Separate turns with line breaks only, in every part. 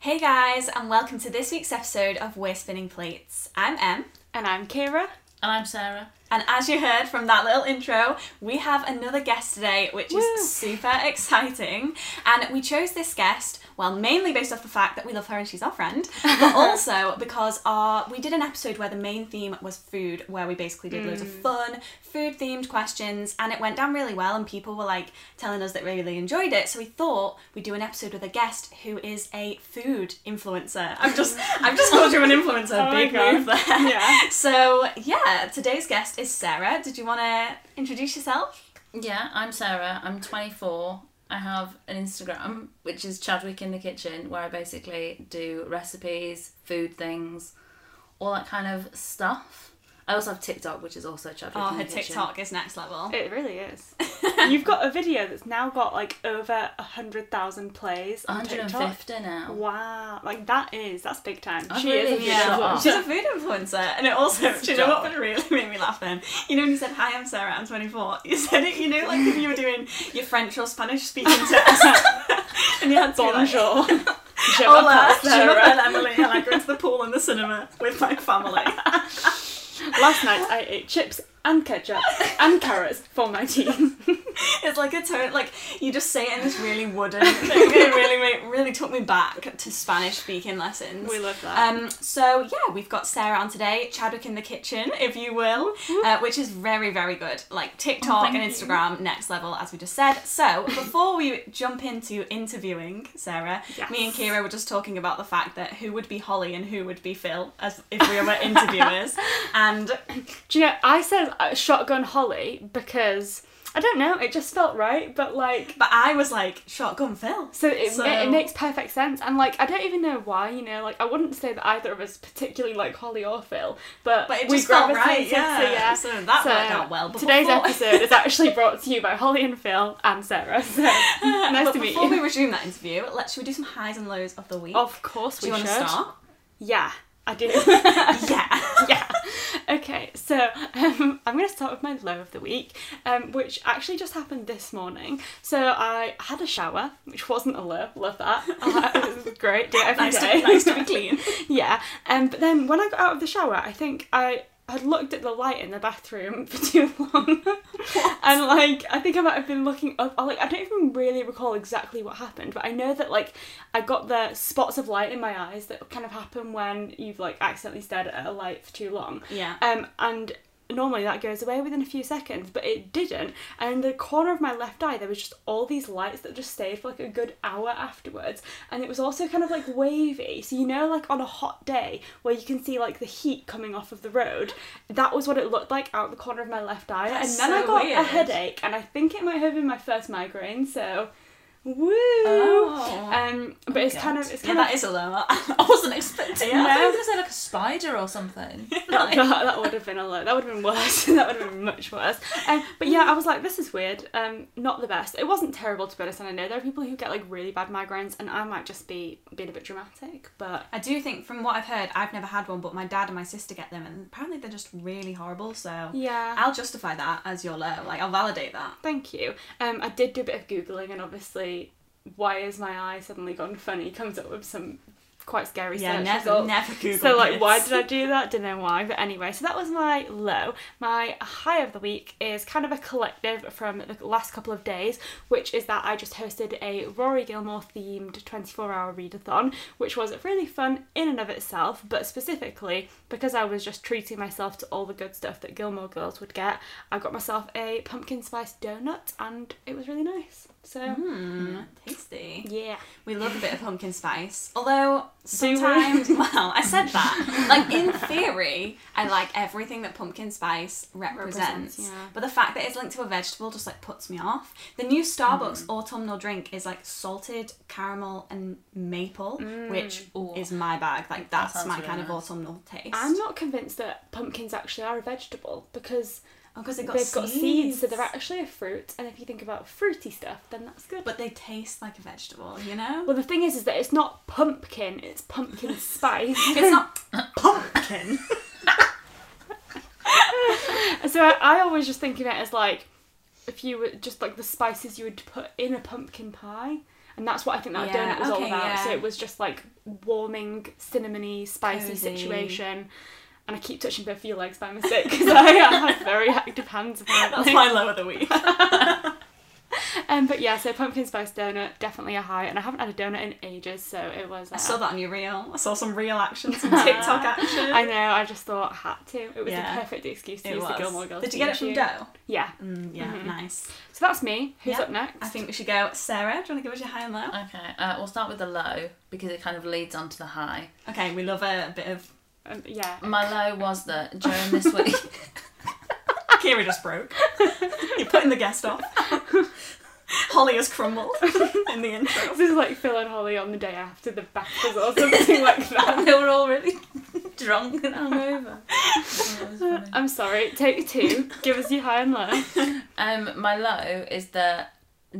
Hey guys, and welcome to this week's episode of We're Spinning Plates. I'm Em,
And I'm Kira.
And I'm Sarah.
and as you heard from that little intro, we have another guest today, which
Woo.
is super exciting. And we chose this guest, well, mainly based off the fact that we love her and she's our friend, but also because our we did an episode where the main theme was food, where we basically did loads of
Mm.
fun food themed questions, and it went down really well, and people were like telling us that they really enjoyed it. So we thought we'd do an episode with a guest who is a food influencer. I've just I've just called you an influencer.
Oh my
Big move there.
Yeah.
So yeah, today's guest is Sarah. Did you want to introduce yourself?
Yeah, I'm Sarah. I'm 24. I have an Instagram, which is Chadwick in the Kitchen, where I basically do recipes, food things, all that kind of stuff. I also have TikTok, which is also Chadwick
Oh,
in
her
the Kitchen.
TikTok is next level.
It really is. You've got a video that's now got like over a hundred thousand plays on TikTok.
150 now.
Wow, like that is that's big time.
I've
she is a
really
big
Yeah, shut
Yeah,
up.
she's a food influencer, and it also, do you know
Stop.
what would really made me laugh then? You know when you said, "Hi, I'm Sarah, I'm 24." You said it, you know, like if you were doing your French or Spanish speaking test, and you had to be like,
Bonjour. Je
"Hola,
m'appelle
je m'appelle
Sarah.
Emily, and I go to the pool and the cinema with my family."
Last night I ate chips and ketchup and carrots for my tea.
It's like a tone, like you just say it in this really wooden. thing. It really, made- really took me back to Spanish speaking lessons.
We love that.
Um, so yeah, we've got Sarah on today, Chadwick in the kitchen, if you will,
Mm-hmm.
uh, which is very, very good. Like TikTok
Oh,
thank
and
you.
Instagram, next level, as we just said. So before we jump into interviewing Sarah,
Yes.
me and Kira were just talking about the fact that who would be Holly and who would be Phil, as if we were interviewers, and
Do you know? I said uh, shotgun Holly because I don't know. It just felt right, but like
but I was like shotgun Phil.
So it,
So-
it, it makes perfect sense, and like I don't even know why, you know, like I wouldn't say that either of us particularly like Holly or Phil, but,
But it
we
just felt right,
gravitated,
yeah.
So, yeah.
So that worked out well. But
today's
before-
episode is actually brought to you by Holly and Phil and Sarah. So nice
but
to meet
before
you.
we resume that interview, let's should we do some highs and lows of the week?
Of course,
do
we
you want to
should.
start?
Yeah, I do.
yeah.
yeah. Okay, so um, I'm going to start with my low of the week, um, which actually just happened this morning. So I had a shower, which wasn't a low. Love that. Uh, it was great. Do it every day.
nice, to, nice to be clean.
yeah. Um, but then when I got out of the shower, I think I had looked at the light in the bathroom for too long, and like I think I might have been looking up. I, like I don't even really recall exactly what happened, but I know that like I got the spots of light in my eyes that kind of happen when you've like accidentally stared at a light for too long.
Yeah.
Um, and normally that goes away within a few seconds, but it didn't. And in the corner of my left eye, there was just all these lights that just stayed for like a good hour afterwards. And it was also kind of like wavy. So, you know, like on a hot day where you can see like the heat coming off of the road, that was what it looked like out the corner of my left eye.
That's
and
so
then I got a
weird.
headache, and I think it might have been my first migraine, so. Woo!
Oh.
Um, but it's kind
God.
of it's
Yeah,
kind of
that is a low. I wasn't expecting
I thought you
that.
were going to say like a spider or something.
that, that, that would have been a lot. That would have been worse. that would have been much worse. Um, but yeah, I was like, this is weird. Um, not the best. It wasn't terrible to be honest. And I know there are people who get like really bad migraines, and I might just be being a bit dramatic. But
I do think, from what I've heard, I've never had one, but my dad and my sister get them, and apparently they're just really horrible. So
yeah,
I'll justify that as your low. Like I'll validate that.
thank you. Um, I did do a bit of googling, and obviously, why is my eye suddenly gone funny? Comes up with some quite scary
yeah,
search
never,
results.
never Google.
So like,
this.
why did I do that? Don't know why. But anyway, so that was my low. My high of the week is kind of a collective from the last couple of days, which is that I just hosted a Rory Gilmore themed 24-hour readathon, which was really fun in and of itself. But specifically because I was just treating myself to all the good stuff that Gilmore Girls would get, I got myself a pumpkin spice donut, and it was really nice. So
Mm, tasty.
yeah,
We love a bit of pumpkin spice. Although
we?
sometimes, well, I said that. Like in theory, I like everything that pumpkin spice represents.
Represents, yeah.
But the fact that it's linked to a vegetable just like puts me off. The new Starbucks
Mm.
autumnal drink is like salted caramel and maple,
Mm.
which
Ooh.
is my bag. Like that's
sounds
my
really
kind of
nice.
autumnal taste.
I'm not convinced that pumpkins actually are a vegetable because.
because they've Oh, got
They've
seeds.
got seeds, so they're actually a fruit. And if you think about fruity stuff, then that's good.
but they taste like a vegetable, you know.
well, the thing is, is that it's not pumpkin; it's pumpkin spice.
it's not pumpkin.
so I, I always just think of it as like if you were just like the spices you would put in a pumpkin pie. and that's what I think that
Yeah,
donut was all
okay,
about.
yeah.
So it was just like warming, cinnamony, spicy
Cozy.
situation. And I keep touching both your legs by mistake because I have very active hands.
That's
Apparently.
my low of the week.
Um, but yeah, so pumpkin spice donut definitely a high, and I haven't had a donut in ages, so it was. Uh,
I saw that on your reel. I saw some real action, some TikTok action.
I know. I just thought had to. It was
Yeah.
a perfect excuse to
It
use
was.
the
Oh
Gilmore Girls.
Did you get it from
theme
Doe?
tune. Yeah.
Mm, yeah,
Mhm.
nice.
So that's me. Who's
Yeah.
up next?
I think we should go. Sarah, do you want to give us your high and low?
Okay, uh, we'll start with the low because it kind of leads on to the high.
Okay, we love a bit of.
Um, yeah.
My low was that during this week,
Kira just broke. You're putting the guest off. Holly has crumbled in the intro.
This is like Phil and Holly on the day after the BAFTAs or something like that.
they were all really drunk and hungover. Yeah, it was funny.
I'm sorry. Take two. Give us your high and low.
Um, my low is that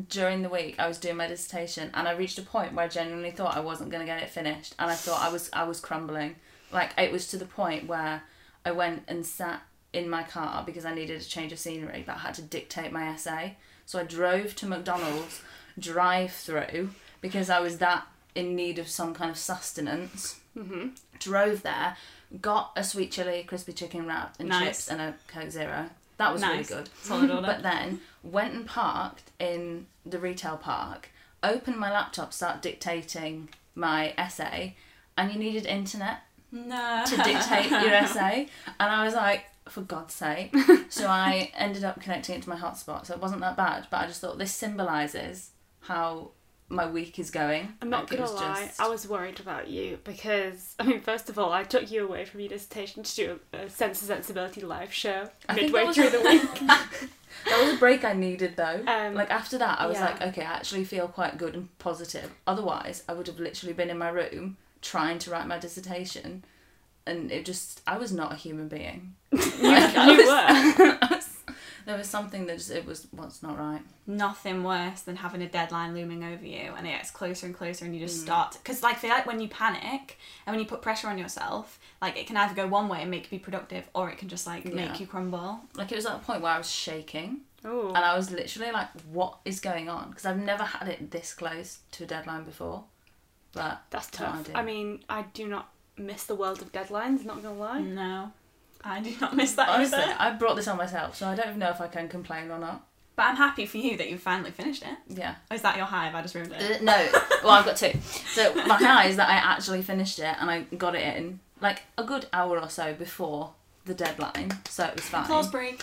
during the week I was doing my dissertation and I reached a point where I genuinely thought I wasn't going to get it finished, and I thought I was I was crumbling. Like it was to the point where I went and sat in my car because I needed a change of scenery, but I had to dictate my essay. So I drove to McDonald's drive through because I was that in need of some kind of sustenance.
Mm-hmm.
Drove there, got a sweet chili, crispy chicken wrap, and
Nice.
chips, and a Coke Zero. That was
Nice.
really good.
Solid order.
But then went and parked in the retail park, opened my laptop, start dictating my essay, and you needed internet
Mm, no.
to dictate your essay. And I was like, for God's sake. So I ended up connecting it to my hotspot. So it wasn't that bad, but I just thought this symbolises how my week is going.
I'm not
Like,
gonna lie.
just-
I was worried about you because I mean, first of all, I took you away from your dissertation to do a, a Sense and Sensibility live show
I think that
midway
was-
through the week.
That was a break I needed though.
Um,
like after that, I was
yeah.
like, okay, I actually feel quite good and positive. Otherwise, I would have literally been in my room trying to write my dissertation, and it just I was not a human being.
You,
I
you were.
There was something that just it was what's not right.
nothing worse than having a deadline looming over you and it gets closer and closer and you
Mm.
just start because like I feel like when you panic and when you put pressure on yourself like it can either go one way and make you be productive or it can just like
Yeah.
make you crumble
Like it was at a point where I was shaking,
Oh.
and I was literally like, what is going on? Because I've never had it this close to a deadline before. But
That's
That's what
tough.
I do.
I, mean, I do not miss the world of deadlines, not gonna lie.
no I do not miss that
honestly,
either
I brought this on myself, so I don't know if I can complain or not.
but I'm happy for you that you finally finished it
Yeah.
or is that your high if I just ruined it
Uh, no, well, I've got two. So my high is that I actually finished it and I got it in like a good hour or so before the deadline, so it was
applause
fine.
break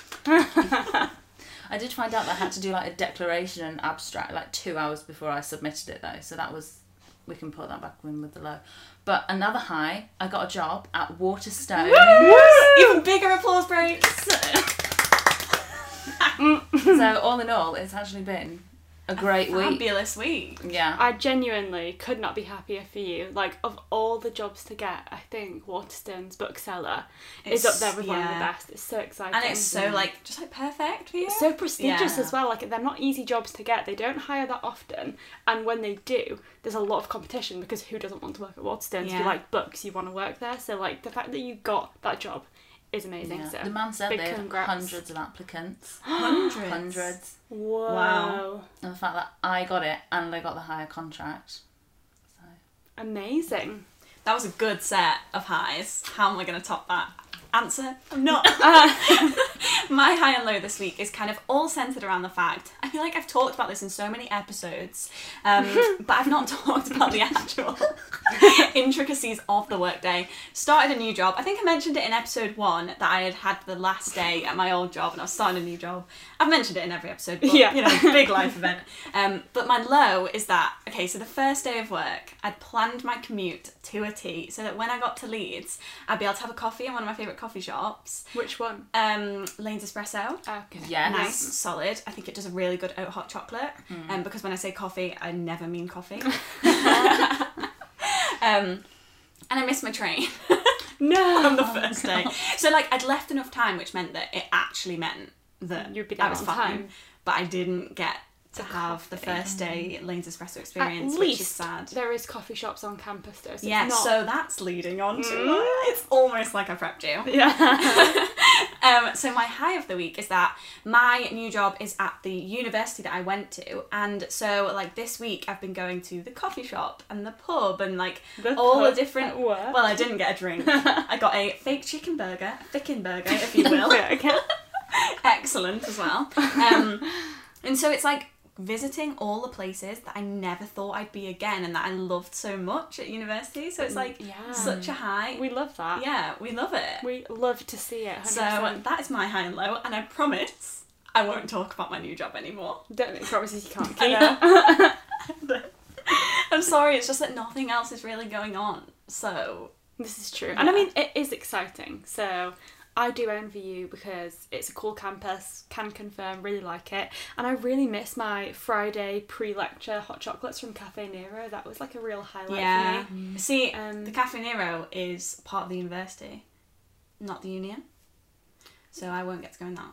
I did find out that I had to do like a declaration and abstract like two hours before I submitted it though, so that was we can put that back in with the low. But another high, I got a job at Waterstone.
even bigger applause break
so all in all, it's actually been a great week.
fabulous week
Yeah.
I genuinely could not be happier for you. Like of all the jobs to get, I think Waterstone's bookseller is up
It's-
there with one of the
yeah.
best. It's so exciting.
and it's so like just like perfect for you
so prestigious
Yeah.
as well. Like they're not easy jobs to get. They don't hire that often, and when they do, there's a lot of competition because who doesn't want to work at Waterstones? If
Yeah.
you like books, you want to work there. So like the fact that you got that job is amazing.
Yeah.
So
The man said
big
they had
congrats.
hundreds of applicants.
hundreds
hundreds.
whoa.
and the fact that I got it and I got the higher contract. So
Amazing.
That was a good set of highs. How am I going to top that? Answer? I'm not. My high and low this week is kind of all centered around the fact I feel like I've talked about this in so many episodes, um, but I've not talked about the actual intricacies of the workday. Started a new job. I think I mentioned it in episode one that I had had the last day at my old job and I was starting a new job. I've mentioned it in every episode, but
Yeah.
you know, big life event. Um, but my low is that okay. So the first day of work, I'd planned my commute to a T, so that when I got to Leeds, I'd be able to have a coffee in one of my favorite coffee shops,
Which one?
um, Lane's Espresso.
Okay.
yes,
Nice, solid. I think it does a really good oat hot chocolate.
Hmm.
Um, because when I say coffee, I never mean coffee. um, and I missed my train
No.
on the first day. So like I'd left enough time, which meant that it actually meant that
You'd be
I
there
was
on
fine.
time.
But I didn't get to
The
have the
coffee.
first day Lane's espresso
At
experience, which is
least
sad.
There is coffee shops on campus though. So it's
Yeah,
not- Mm.
so that's leading on to. It's almost like I prepped you.
yeah.
Um, so my high of the week is that my new job is at the university that I went to, and so like this week I've been going to the coffee shop and the pub and like
The
all the
pub
different.
at work.
Well, I didn't get a drink. I got a fake chicken burger, a thickin burger, if you will.
Yeah, okay.
Excellent as well. Um, and so it's like visiting all the places that I never thought I'd be again and that I loved so much at university. So it's like
Yeah.
such a high.
Mm. we love that.
yeah, we love it.
We love to see it. 100%.
So uh, that is my high and low, and I promise I won't talk about my new job anymore.
don't make promises you can't
I
keep.
I'm sorry, it's just that nothing else is really going on. So
This is true. And I mean, it is exciting. So I do envy you because it's a cool campus, can confirm, really like it. And I really miss my Friday pre lecture hot chocolates from Cafe Nero. That was like a real highlight
yeah,
for me.
see,
Um,
the Cafe Nero is part of the university, not the union. So I won't get to go in that.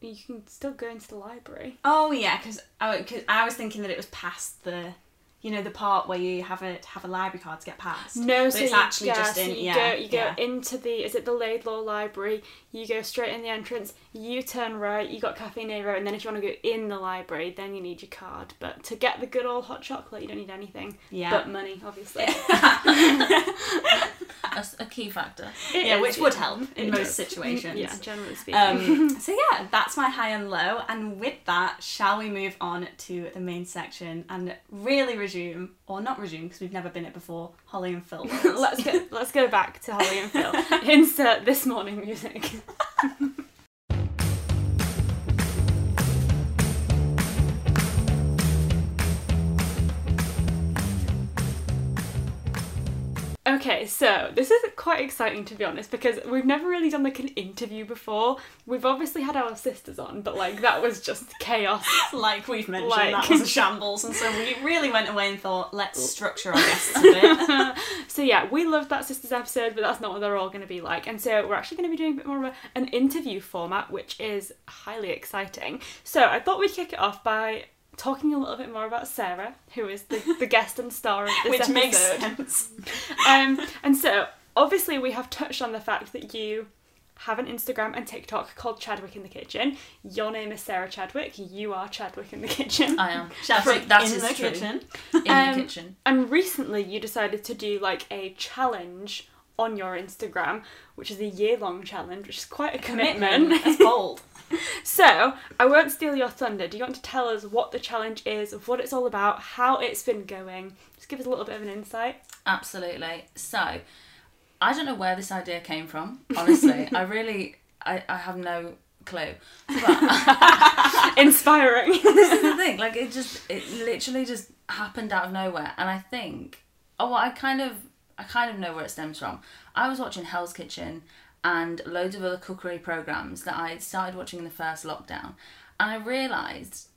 You can still go into the library.
Oh yeah, because cause I was thinking that it was past the, you know, the part where you have a have a library card to get past.
No,
but
so
it's
you,
actually
yeah,
just
so
in.
you
yeah,
go you go
yeah.
into the is it the Laidlaw Library? You go straight in the entrance. You turn right. You got Cafe Nero, and then if you want to go in the library, then you need your card. But to get the good old hot chocolate, you don't need anything
Yeah.
but money, obviously.
A, s- a key factor.
It
yeah,
is,
which would help in
It
most
does. Mm,
situations.
Yeah, generally speaking.
Um, so yeah, that's my high and low. And with that, shall we move on to the main section and really resume, or not resume, because we've never been it before. Holly and Phil.
let's go. Let's go back to Holly and Phil. Insert this morning music. Okay, so this is quite exciting to be honest because we've never really done like an interview before. We've obviously had our sisters on, but like that was just chaos
like we've mentioned,
Like-
that was a shambles, and so we really went away and thought, let's structure our guests a bit.
So yeah, we loved that sisters episode, but that's not what they're all going to be like. And so we're actually going to be doing a bit more of a, an interview format, which is highly exciting. So I thought we'd kick it off by talking a little bit more about Sarah, who is the, the guest and star of this
Which
episode.
makes sense.
Um, and so obviously we have touched on the fact that you have an Instagram and TikTok called Chadwick in the Kitchen. Your name is Sarah Chadwick. You are Chadwick in the Kitchen.
I am.
That's
That's, that is true. In
Um,
the kitchen.
And recently, you decided to do like a challenge on your Instagram, which is a year long challenge, which is quite a commitment.
That's bold.
so, I won't steal your thunder. Do you want to tell us what the challenge is, what it's all about, how it's been going? Just give us a little bit of an insight.
Absolutely. So, I don't know where this idea came from, honestly. I really, I, I have no clue.
Inspiring.
This is the thing. Like it just, it literally just happened out of nowhere. And I think, oh, well, I kind of, I kind of know where it stems from. I was watching Hell's Kitchen and loads of other cookery programs that I started watching in the first lockdown, and I realised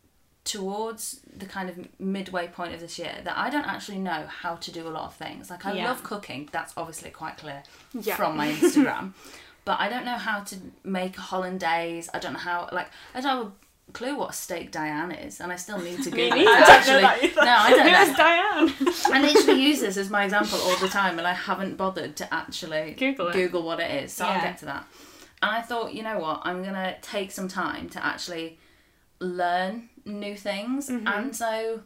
towards the kind of midway point of this year that I don't actually know how to do a lot of things. Like I
Yeah.
love cooking. That's obviously quite clear
Yeah.
from my Instagram. but I don't know how to make a hollandaise. I don't know how like I don't have a clue what a steak Diane is, and I still need to Google. it.
neither. I
It's
don't know that
actually-
either.
No, I
It
don't
was
know.
Diane.
I literally use this as my example all the time, and I haven't bothered to actually
Google it.
Google what it is. So I'll
Yeah.
get to that. And I thought, you know what, I'm gonna take some time to actually learn new things,
Mm-hmm.
and so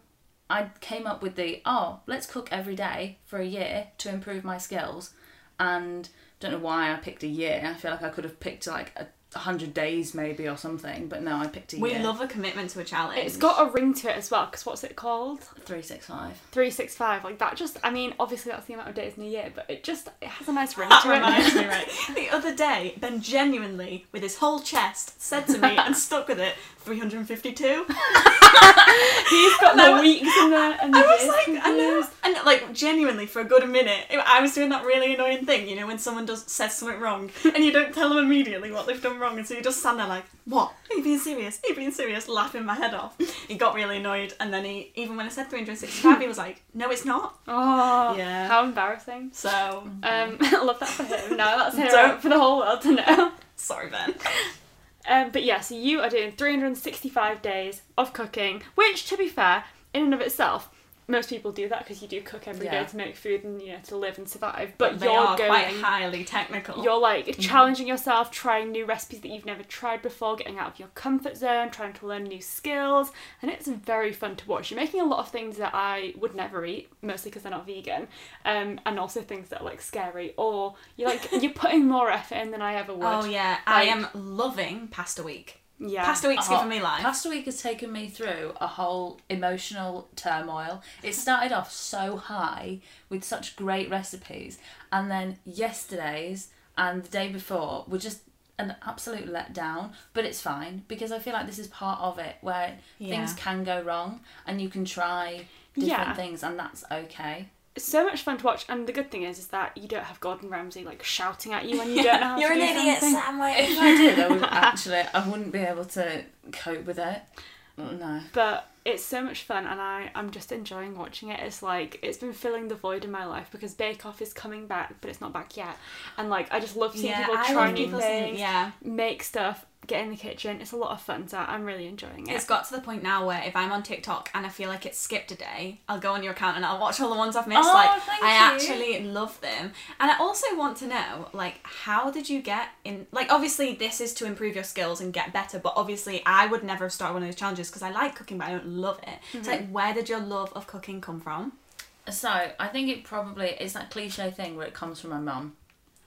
I came up with the oh, let's cook every day for a year to improve my skills, and don't know why I picked a year. I feel like I could have picked like a hundred days maybe or something, but no, I picked a
We
year.
love a commitment to a challenge.
It's got a ring to it as well, because what's it called?
three six five.
365. Like that just, I mean, obviously that's the amount of days in a year, but it just, it has a nice ring
That
to it.
reminds me, right? The other day, Ben genuinely, with his whole chest, said to me and stuck with it 352.
He's got
No,
the weeks in there and the
I was
years
like, I know.
confused.
And like, genuinely, for a good minute, I was doing that really annoying thing, you know, when someone does says something wrong and you don't tell them immediately what they've done wrong, and so you just stand there like, what? Are you being serious? Are you being serious? Laughing my head off. He got really annoyed, and then he, even when I said 365, he was like, no, it's not.
Oh,
Yeah.
How embarrassing.
So,
Um, I love that for him. Now that's him
Don't-
for the whole world to know.
sorry, Ben.
Um, but yeah, so you are doing 365 days of cooking, which, to be fair, in and of itself, most people do that because you do cook every day
Yeah.
to make food and you know to live and survive. But
they
you're
are
going.
quite highly technical.
You're like
Mm-hmm.
challenging yourself, trying new recipes that you've never tried before, getting out of your comfort zone, trying to learn new skills, and it's very fun to watch. You're making a lot of things that I would never eat, mostly because they're not vegan, um, and also things that are like scary, or you're like you're putting more effort in than I ever would.
oh yeah, I
Like-
am loving pasta week.
yeah.
Pasta week's
Oh,
given me life.
Past week has taken me through a whole emotional turmoil. It started off so high with such great recipes, and then yesterday's and the day before were just an absolute letdown. But it's fine because I feel like this is part of it where things
Yeah.
can go wrong and you can try different
Yeah.
things, and that's okay.
It's so much fun to watch, and the good thing is, is that you don't have Gordon Ramsay like shouting at you when you don't know how
You're
to
an
do
idiot,
something.
Samway.
If I did, I would actually I wouldn't be able to cope with it. No.
but it's so much fun and I, I'm just enjoying watching it. It's like it's been filling the void in my life because Bake Off is coming back but it's not back yet. And like I just love seeing
yeah,
people
I
try
love
new
people
things,
saying yeah.
make stuff, get in the kitchen. It's a lot of fun, so I'm really enjoying it.
It's got to the point now where if I'm on TikTok and I feel like it's skipped a day, I'll go on your account and I'll watch all the ones I've missed.
Oh,
like
thank
I
you.
actually love them. And I also want to know, like, how did you get in like obviously this is to improve your skills and get better, but obviously I would never have started one of those challenges because I like cooking but I don't love it.
Mm-hmm.
So like where did your love of cooking come from?
So I think it probably it's that cliche thing where it comes from my mum.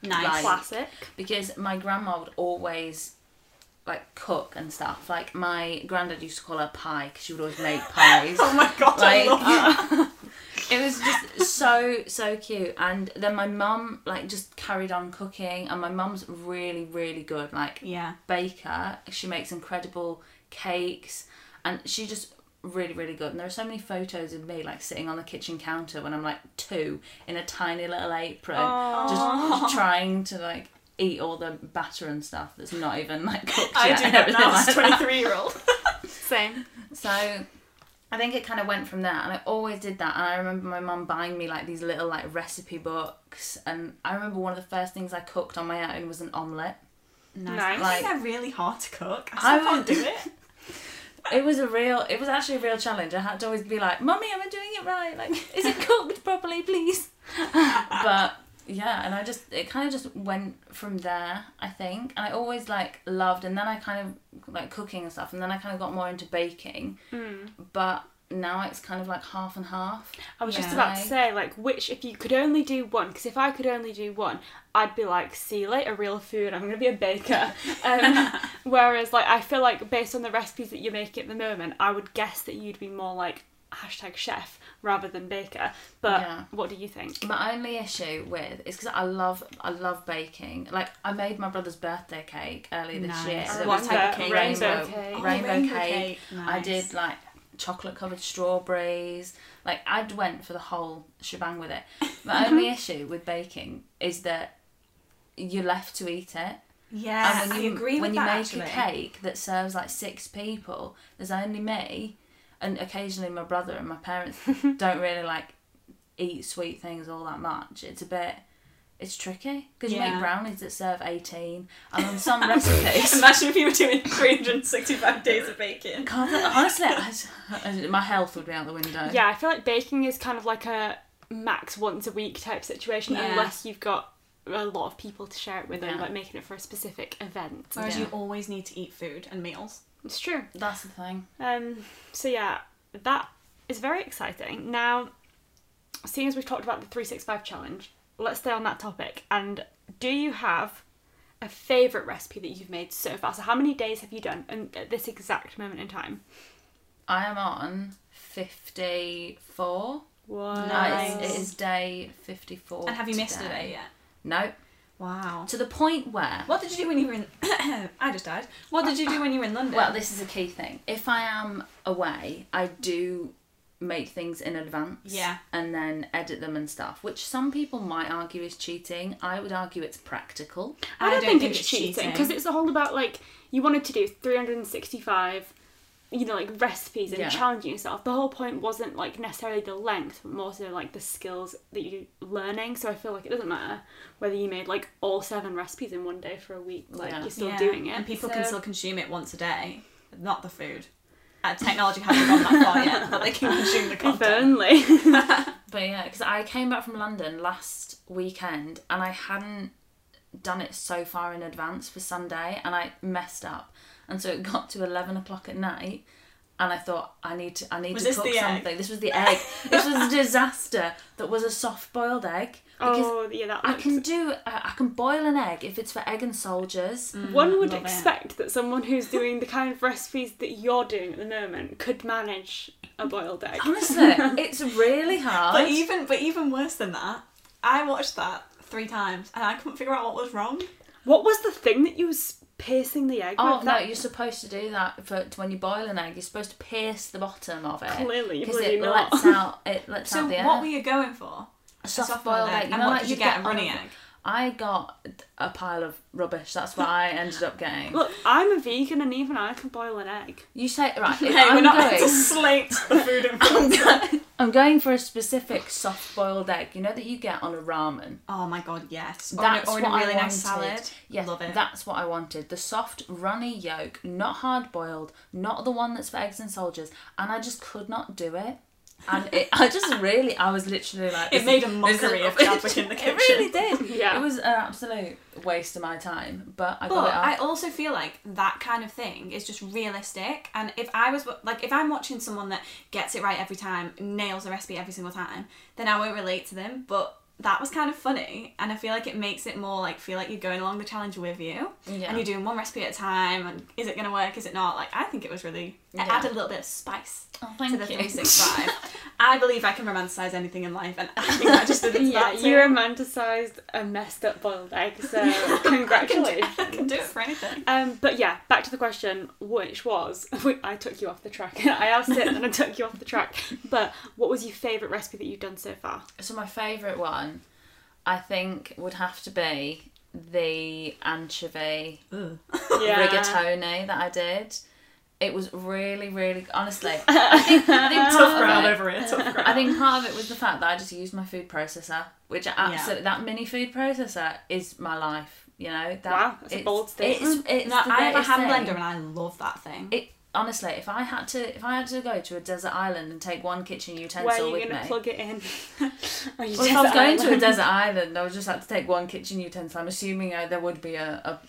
Nice.
Like-
classic.
because my grandma would always like cook and stuff. Like my granddad used to call her pie because she would always make pies.
Oh my god,
like uh,
I love
it was just so so cute. And then my mum like just carried on cooking, and my mum's really really good. Like
Yeah.
baker. She makes incredible cakes and she just really really good and there are so many photos of me like sitting on the kitchen counter when i'm like two in a tiny little apron
Oh,
just trying to like eat all the batter and stuff that's not even like cooked
I
yet
do
and
that
everything
now as
like
a twenty three year old.
Same.
so I think it kind of went from there, and I always did that. And I remember my mum buying me like these little like recipe books, and I remember one of the first things I cooked on my own was an omelette.
Nice.
Nice.
I think
Like-
they're really hard to cook. I,
I
still can't
would-
do it.
It was a real, it was actually a real challenge. I had to always be like, "Mummy, am I doing it right? Like, is it cooked properly, please?" but yeah, and I just it kind of just went from there. I think, and I always like loved, and then I kind of like cooking and stuff, and then I kind of got more into baking.
Mm.
But now it's kind of like half and half.
I was just
Yeah.
about to say, like, which, if you could only do one, because if I could only do one, I'd be like, see you later, real food, I'm going to be a baker. Um, whereas, like, I feel like based on the recipes that you're making at the moment, I would guess that you'd be more like hashtag chef rather than baker. But
Yeah.
what do you think?
My only issue with is because I love I love baking. Like I made my brother's birthday cake earlier this
Nice.
year.
Oh,
it
what
was
type of
like
cake?
Rainbow, rainbow
Rainbow cake.
cake.
Oh,
rainbow cake.
I
Nice.
did like chocolate covered strawberries. Like I'd went for the whole shebang with it. My only issue with baking is that you're left to eat it.
Yeah,
and when
Uh, I
you,
agree
when
with
you
that.
make
actually.
a cake that serves like six people, there's only me, and occasionally my brother and my parents don't really like eat sweet things all that much. It's a bit, it's tricky because you
Yeah.
make brownies that serve eighteen, and on some recipes.
Imagine if you were doing 365 days of baking.
God, that- honestly, I s- I- my health would be out the window.
Yeah, I feel like baking is kind of like a max once a week type situation,
Yeah.
unless you've got a lot of people to share it with and
Yeah.
like making it for a specific event.
Whereas
Yeah.
you always need to eat food and meals.
It's true.
that's the thing.
Um, so yeah, that is very exciting. Now, seeing as we've talked about the 365 challenge, let's stay on that topic. And do you have a favourite recipe that you've made so far? So how many days have you done and at this exact moment in time?
I am on fifty-four.
Wow.
No, it's,
Nice.
it is day fifty-four.
And have you missed a
today.
day yet?
No,
Wow.
to the point where
What did you do when you were in? I just died. What did you do when you were in London?
Well, this is a key thing. If I am away, I do make things in advance.
Yeah.
And then edit them and stuff, which some people might argue is cheating. I would argue it's practical.
I, don't think, it's cheating because it's all about like you wanted to do 365 you know like recipes and
Yeah.
challenging yourself the whole point wasn't like necessarily the length but more so like the skills that you're learning so i feel like it doesn't matter whether you made like all seven recipes in one day for a week like
Yeah.
you're still
Yeah,
doing it
and people can
So-
still consume it once a day. Not the food. uh, technology hasn't gone that far yet that they can consume the
If
content.
only.
But yeah, because I came back from London last weekend and I hadn't done it so far in advance for Sunday and I messed up. And so it got to 11 o'clock at night and I thought, I need to, I need
Was
to
this
cook
the egg?
something. This was the egg. this was a disaster that was a soft boiled egg. Because
oh, yeah, that
I
looks
can do, I, I can boil an egg if it's for egg and soldiers.
Mm.
One would
love it.
expect that someone who's doing the kind of recipes that you're doing at the moment could manage a boiled egg.
Honestly, it's really hard.
But even but even worse than that, I watched that three times and I couldn't figure out what was wrong.
What was the thing that you was piercing the egg
Oh
with?
no!
That-
You're supposed to do that for when you boil an egg. You're supposed to pierce the bottom of it.
Clearly,
because
bloody
it
not.
lets out it lets
So
out the air.
what were you going for?
A
A soft-boiled egg.
You
And
know,
what
like
did you get? A
on
runny
a-
egg.
I got a pile of rubbish. That's what I ended up getting.
Look, I'm a vegan and even I can boil an egg.
You say right? if
Hey,
I'm
we're not meant to
going,
slate the food in front.
I'm go- I'm going for a specific soft-boiled egg. You know that you get on a ramen.
Oh my god, yes. Or in a-
That's
or in,
what
a really
I
nice
wanted.
salad.
Yeah,
Love it.
That's what I wanted. The soft, runny yolk, not hard boiled, not the one that's for eggs and soldiers. And I just could not do it. And it, I just really, I was literally like,
It
this
made
is-
a
this is-
mockery of Chadwick in the
It really
kitchen.
did.
Yeah.
It was an absolute waste of my time, but I got
But
it.
I
Out.
also feel like that kind of thing is just realistic. And if I was like, if I'm watching someone that gets it right every time, nails the recipe every single time, then I won't relate to them. But that was kind of funny, and I feel like it makes it more like feel like you're going along the challenge with you,
Yeah.
and you're doing one recipe at a time. And is it gonna work? Is it not? Like I think it was really it
Yeah.
added a little bit of spice
oh,
to
thank
the
you.
three six five. I believe I can romanticize anything in life, and I think I just did it to
Yeah,
that too.
you romanticised a messed up boiled egg, so congratulations.
I can do it for anything.
Um, but yeah, back to the question, which was I took you off the track. I asked it and I took you off the track. But what was your favourite recipe that you've done so far?
So my favourite one, I think, would have to be the anchovy rigatoni that I did. It was really, really honestly. I think, I think
Tough
part
crowd
of it-
over here. Tough crowd.
I think part of it was the fact that I just used my food processor, which I absolutely that mini food processor is my life. You know that
Wow, that's a
it's-
bold
It's,
statement.
it's
No,
the
I have a
greatest
hand blender
thing.
and I love that thing.
It honestly, if I had to, if I had to go to a desert island and take one kitchen
Where are
utensil
you
with
going
me,
to plug it in? Are you
well, if I was
just-
going to a desert island, I would just have to take one kitchen utensil. I'm assuming uh, there would be a, a.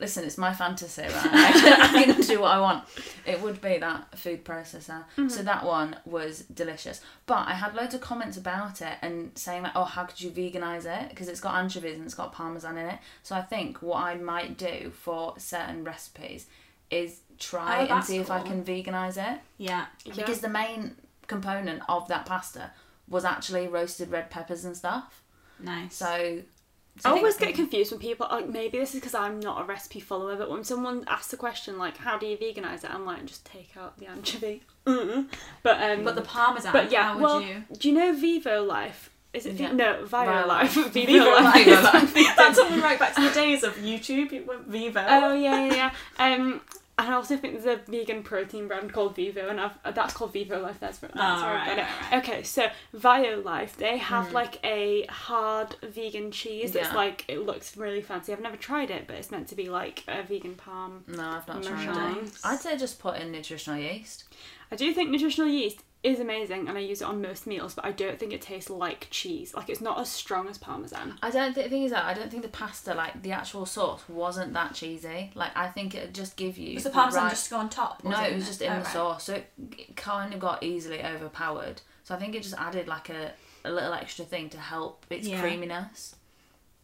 Listen, it's my fantasy, right? I can, I can do what I want. It would be that food processor.
Mm-hmm.
So that one was delicious. But I had loads of comments about it and saying, like, oh, how could you veganise it? Because it's got anchovies and it's got parmesan in it. So I think what I might do for certain recipes is try
Oh,
and
that's
see if I
cool.
can veganise it
yeah.
Yeah.
because the main component of that pasta was actually roasted red peppers and stuff.
Nice.
So, so
I
think-
always get confused when people like maybe this is because I'm not a recipe follower, but when someone asks the question like how do you veganize it, I'm like just take out the anchovy. Mm-mm. But um,
but the parmesan.
but yeah,
How would
well,
you?
do you know Vivo Life? Is it Vi-
Yeah.
no Vio
Vio
Life? Vivo
Vivo
Life.
Vivo Life.
That's something right back to the days of YouTube. It went Vivo.
Oh yeah, yeah, yeah. Um, and I also think there's a vegan protein brand called Vivo, and I've, uh, that's called Vivo Life. That's, that's
Oh,
where I
right,
got it.
right, right.
Okay, so Vio Life, they have like a hard vegan cheese that's
Yeah.
like it looks really fancy. I've never tried it, but it's meant to be like a vegan palm.
no, I've not tried it.
Nice.
I'd say just put in nutritional yeast.
I do think nutritional yeast is amazing, and I use it on most meals, but I don't think it tastes like cheese. Like it's not as strong as parmesan.
I don't think the thing is that I don't think the pasta, like the actual sauce, wasn't that cheesy. Like I think it just give you
was the parmesan
right-
just on top? or
no,
it
it was
in
just
there?
in
Oh,
the
right.
sauce, so it, it kind of got easily overpowered. So I think it just added like a, a little extra thing to help its
Yeah.
creaminess.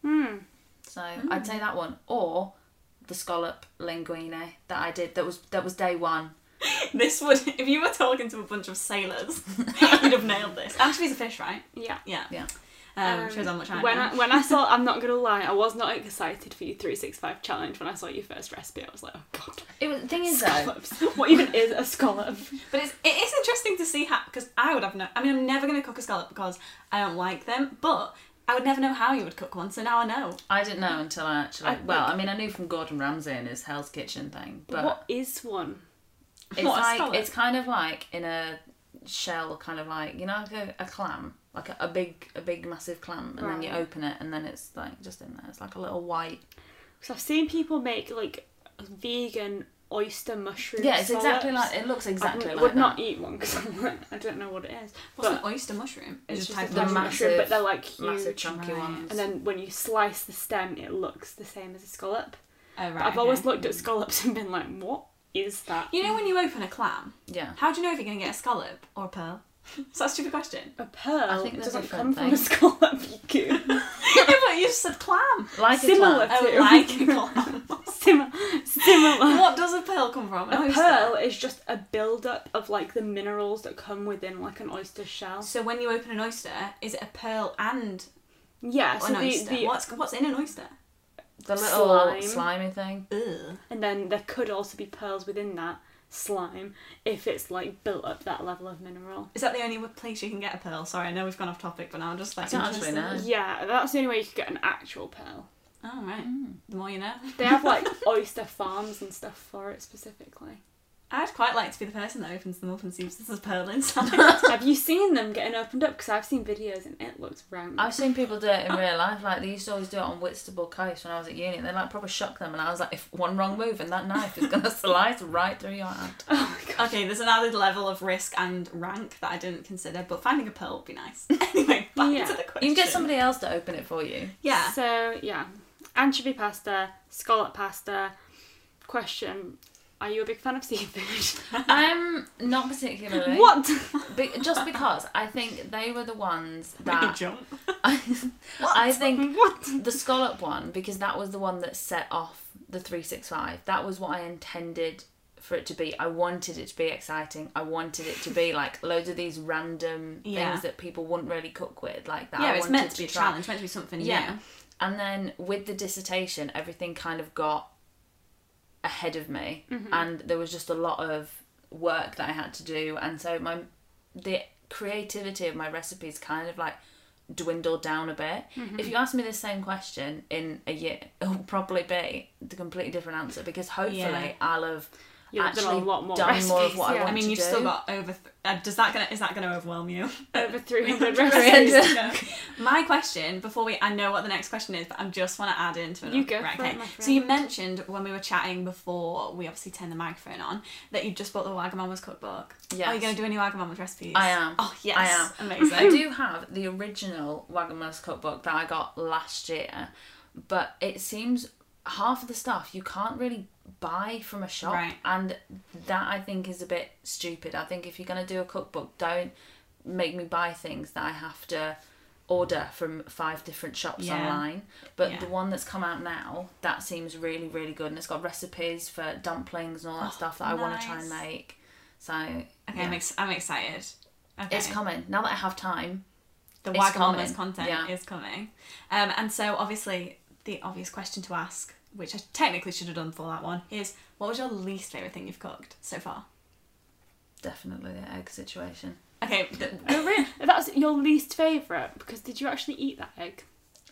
Hmm.
So I'd say that one or the scallop linguine that I did. That was that was day one.
This would, if you were talking to a bunch of sailors, you'd have nailed this. Anchovy's a fish, right?
Yeah.
Yeah.
Yeah.
Um,
Um,
shows how much I
when
know.
I, when I saw, I'm not gonna lie, I was not excited for your 365 challenge when I saw your first recipe. I was like, oh god,
It was the thing is though.
scallops. what even is a scallop?
But it's, it is interesting to see how, because I would have no, I mean, I'm never going to cook a scallop because I don't like them, but I would never know how you would cook one, so now I know.
I didn't know until I actually.
I
well, I mean, I knew from Gordon Ramsay and his Hell's Kitchen thing, but
what is one?
it's
what a
like
scallop?
it's kind of like in a shell, kind of like you know, like a, a clam, like a, a big, a big, massive clam, and then you
Right.
open it, and then it's like just in there. It's like a little white.
Because I've seen people make like vegan oyster mushroom.
Yeah, it's exactly
scallops.
like it looks exactly
I
like
would not
that.
eat one because I'm like, I don't know what it is.
What's
but
an oyster mushroom?
it's just
type
a
of
the
type of
mushroom.
mushroom, but they're like
massive
huge.
chunky
right.
ones.
And then when you slice the stem, it looks the same as a scallop.
Oh,
But
right,
I've always
okay.
looked at scallops and been like, what is that?
You know when you open a clam,
yeah,
how do you know if you're going to get a scallop or a pearl? Is that a stupid question?
A pearl.
I think
it
they're
doesn't
different
come
things.
from a scallop. You goon.
yeah, but you just said clam.
like
Similar.
a clam.
Oh,
Two.
like a clam.
Similar. Similar.
what does a pearl come from? An
A
oyster?
pearl is just a build-up of like the minerals that come within like an oyster shell.
So when you open an oyster, is it a pearl and
Yeah, Uh, so
an
the,
oyster?
the
what's what's in an oyster?
the little
Slime.
slimy thing.
Ugh.
and then there could also be pearls within that slime if it's like built up that level of mineral.
Is that the only place you can get a pearl? Sorry, I know we've gone off topic, but now I'm just like.
I don't actually
interested.
know.
Yeah, that's the only way you could get an actual pearl.
Oh right,
Mm.
the more you know.
They have like oyster farms and stuff for it specifically.
I'd quite like to be the person that opens them up and sees there's a pearl inside.
have you seen them getting opened up? Because I've seen videos and it looks rank.
I've seen people do it in real life. Like they used to always do it on Whitstable Coast when I was at uni. They like proper shocked them, and I was like, if one wrong move and that knife is gonna slice right through your hand.
Oh my god.
okay, there's an added level of risk and rank that I didn't consider, but finding a pearl would be nice. anyway, back
Yeah.
to the
You
question.
You can get somebody else to open it for you.
Yeah.
So yeah, anchovy pasta, scallop pasta. Question: Are you a big fan of seafood?
I'm Um, not particularly.
what?
Be- just because I think they were the ones
Make a
that
jump.
I think
What?
the scallop one because that was the one that set off the 365 that was what i intended for it to be i wanted it to be exciting i wanted it to be like loads of these random
Yeah.
things that people wouldn't really cook with like that
yeah,
I
it's
wanted
meant to be a
try.
challenge, meant to be something
yeah
new.
and then with the dissertation everything kind of got ahead of me and there was just a lot of work that i had to do and so my the creativity of my recipes kind of like dwindled down a bit if you asked me this same question in a year it'll probably be the completely different answer because hopefully
Yeah.
i'll have
You'll have done a
actually
lot more
done more of
recipes,
what i
yeah.
I
want
mean,
to
you've
do.
still got over. Th- uh, does that gonna is that gonna overwhelm you?
Over 300
Brilliant.
recipes.
My question before we I know what the next question is, but I just want to add into it.
You go
Right,
for it,
okay.
my
So you
friend.
mentioned when we were chatting before we obviously turned the microphone on that you just bought the Wagamama's cookbook.
Yes.
Are you going to do any Wagamama's recipes?
I am.
Oh yes.
I am.
Amazing.
I do have the original Wagamama's cookbook that I got last year, but it seems half of the stuff you can't really buy from a shop,
Right.
and that I think is a bit stupid. I think if you're gonna do a cookbook, don't make me buy things that I have to order from five different shops
Yeah.
online. But
Yeah.
the one that's come out now, that seems really really good, and it's got recipes for dumplings and all that stuff that I want to try and
Oh, nice.
make. So okay,
Okay, I'm, ex- I'm excited. Okay.
it's coming now that I have time.
the
it's
Wagamama's
coming.
content
Yeah.
is coming. Um, and so obviously the obvious question to ask, which I technically should have done for that one, is what was your least favorite thing you've cooked so far?
Definitely the egg situation.
Okay. th-
Oh, really? That's your least favourite because did you actually eat that egg?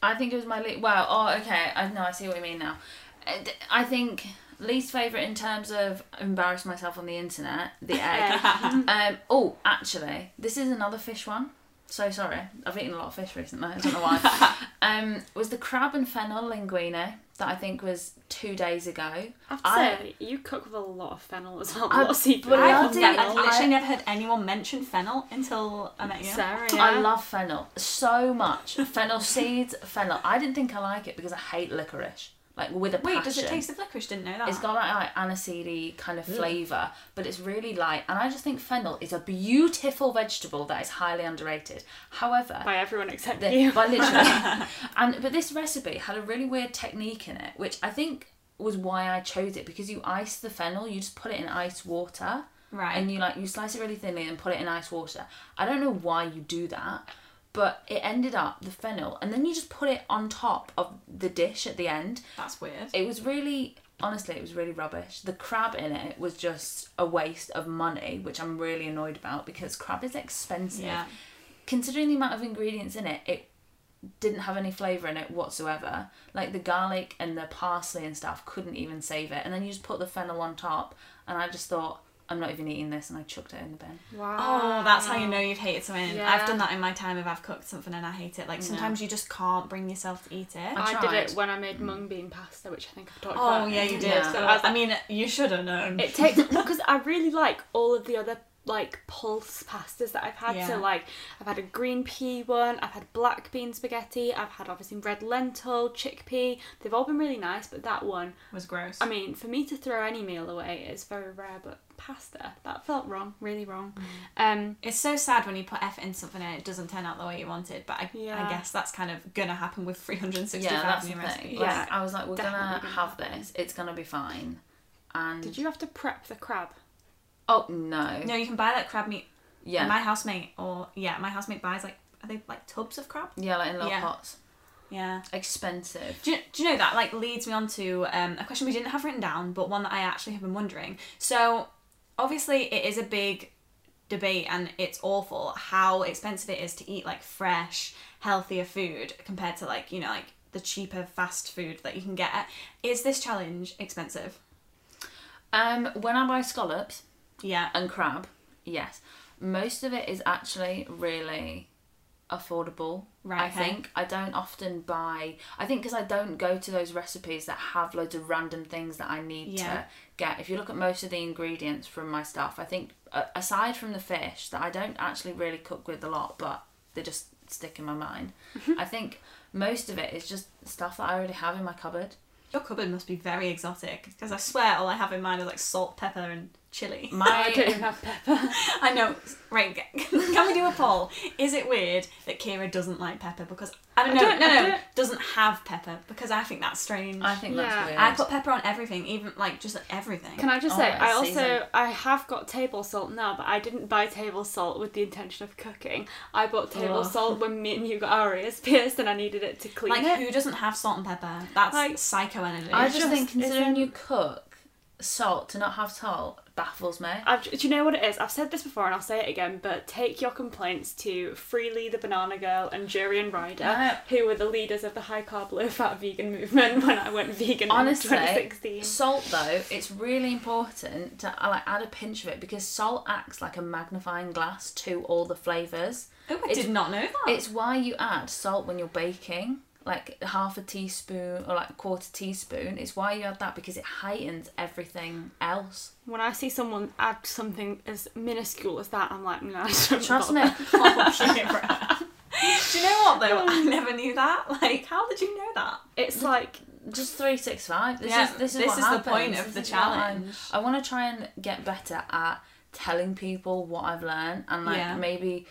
I think it was my least. Well, oh, okay. I know. I see what you mean now. I- I think least favorite in terms of embarrass myself on the internet. The egg. um. Oh, actually, this is another fish one. So sorry. I've eaten a lot of fish recently. I don't know why. um, was the crab and fennel linguine that I think was two days ago.
I have to
I-
say, you cook with a lot of fennel as well. A
I-
lot of seafood.
but I
I've,
love
ne-
it.
I've
I-
literally never heard anyone mention fennel until I met you.
Sarah,
I
yeah.
love fennel so much. Fennel seeds, fennel. I didn't think I like it because I hate licorice, like with a
Wait,
passion.
does it taste of licorice? Didn't know that.
It's got that like aniseedy kind
Mm.
of flavour, but it's really light. And I just think fennel is a beautiful vegetable that is highly underrated. However,
by everyone except
the,
you.
but literally, and but this recipe had a really weird technique in it, which I think was why I chose it because you ice the fennel, you just put it in ice water,
Right.
And you like you slice it really thinly and put it in ice water. I don't know why you do that, but it ended up the fennel, and then you just put it on top of the dish at the end.
That's weird.
It was really, honestly, it was really rubbish. The crab in it was just a waste of money, which I'm really annoyed about because crab is expensive.
Yeah.
Considering the amount of ingredients in it, it didn't have any flavour in it whatsoever. Like the garlic and the parsley and stuff couldn't even save it. And then you just put the fennel on top, and I just thought, I'm not even eating this, and I chucked it in the bin.
Wow.
Oh, that's how
Ah.
you know you've hated something.
Yeah.
I've done that in my time if I've cooked something and I hate it. Like
Yeah.
sometimes you just can't bring yourself to eat it.
I
I, did it
tried.
when I made mung bean pasta, which I think I've talked about.
Oh yeah, you did.
Yeah.
So
So
I was
I
like,
mean, you should have known.
it takes because I really like all of the other like pulse pastas that I've had.
Yeah.
So like I've had a green pea one, I've had black bean spaghetti, I've had obviously red lentil, chickpea. They've all been really nice, but that one,
was gross.
I mean, for me to throw any meal away is very rare. But pasta, that felt wrong, really wrong. Um,
It's so sad when you put effort in something and it doesn't turn out the way you wanted, but I,
Yeah.
I guess that's kind of gonna happen with 365
Yeah, that's the
new
thing.
recipes.
Like,
Yeah,
I was like, we're gonna
definitely
have this. It's gonna be fine. And
did you have to prep the crab?
Oh no.
No, you can buy like crab meat.
Yeah.
My housemate or yeah, my housemate buys like are they like tubs of crab?
yeah, like in little
Yeah.
pots.
Yeah.
Expensive.
Do you, do you know that like leads me on to um, a question we didn't have written down, but one that I actually have been wondering. So obviously it is a big debate and it's awful how expensive it is to eat like fresh, healthier food compared to like you know like the cheaper fast food that you can get. Is this challenge expensive?
Um, when I buy scallops
Yeah.
and crab, yes, most of it is actually really affordable.
Right,
I
okay.
think I don't often buy. I think because I don't go to those recipes that have loads of random things that I need
Yeah.
to get. If you look at most of the ingredients from my stuff, I think uh, aside from the fish that I don't actually really cook with a lot, but they just stick in my mind. I think most of it is just stuff that I already have in my cupboard.
Your cupboard must be very exotic because I swear all I have in mind is like salt, pepper, and chili.
I
My
don't even have pepper.
I know. Right? g- Can we do a poll? Is it weird that Kira doesn't like pepper? Because I mean, no,
I don't-
no,
I
no,
don't-
doesn't have pepper because I think that's strange.
I think that's
Yeah.
weird.
I put pepper on everything, even like just everything.
Can I just
Oh,
say, I
it's
also
seasoned.
I have got table salt now, but I didn't buy table salt with the intention of cooking. I bought table
Ugh.
salt when me and you got our ears pierced, and I needed it to clean
like
it.
who doesn't have salt and pepper? That's
Like,
psycho energy.
I
It
just,
just
think considering
isn't-
you cook salt to not have salt baffles me.
I've, do you know what it is? I've said this before and I'll say it again, but take your complaints to Freely the Banana Girl and Jurian Ryder,
Yeah.
who were the leaders of the high carb, low fat vegan movement when I went vegan
Honestly,
in 2016.
Salt though, it's really important to uh, like add a pinch of it because salt acts like a magnifying glass to all the flavors.
oh, I
it's-
did not know that.
It's why you add salt when you're baking, like half a teaspoon or like a quarter teaspoon. It's why you add that because it heightens everything else.
When I see someone add something as minuscule as that, I'm like, no, I don't
Trust
bother.
me.
Oh, Kira. Do you know what though? I never knew that. Like, how did you know that?
It's like
just three six five. This
Yeah,
is this is
this
what
is the
happens.
point of
This
the
is what I'm-
challenge.
I want to try and get better at telling people what I've learned and like
Yeah.
maybe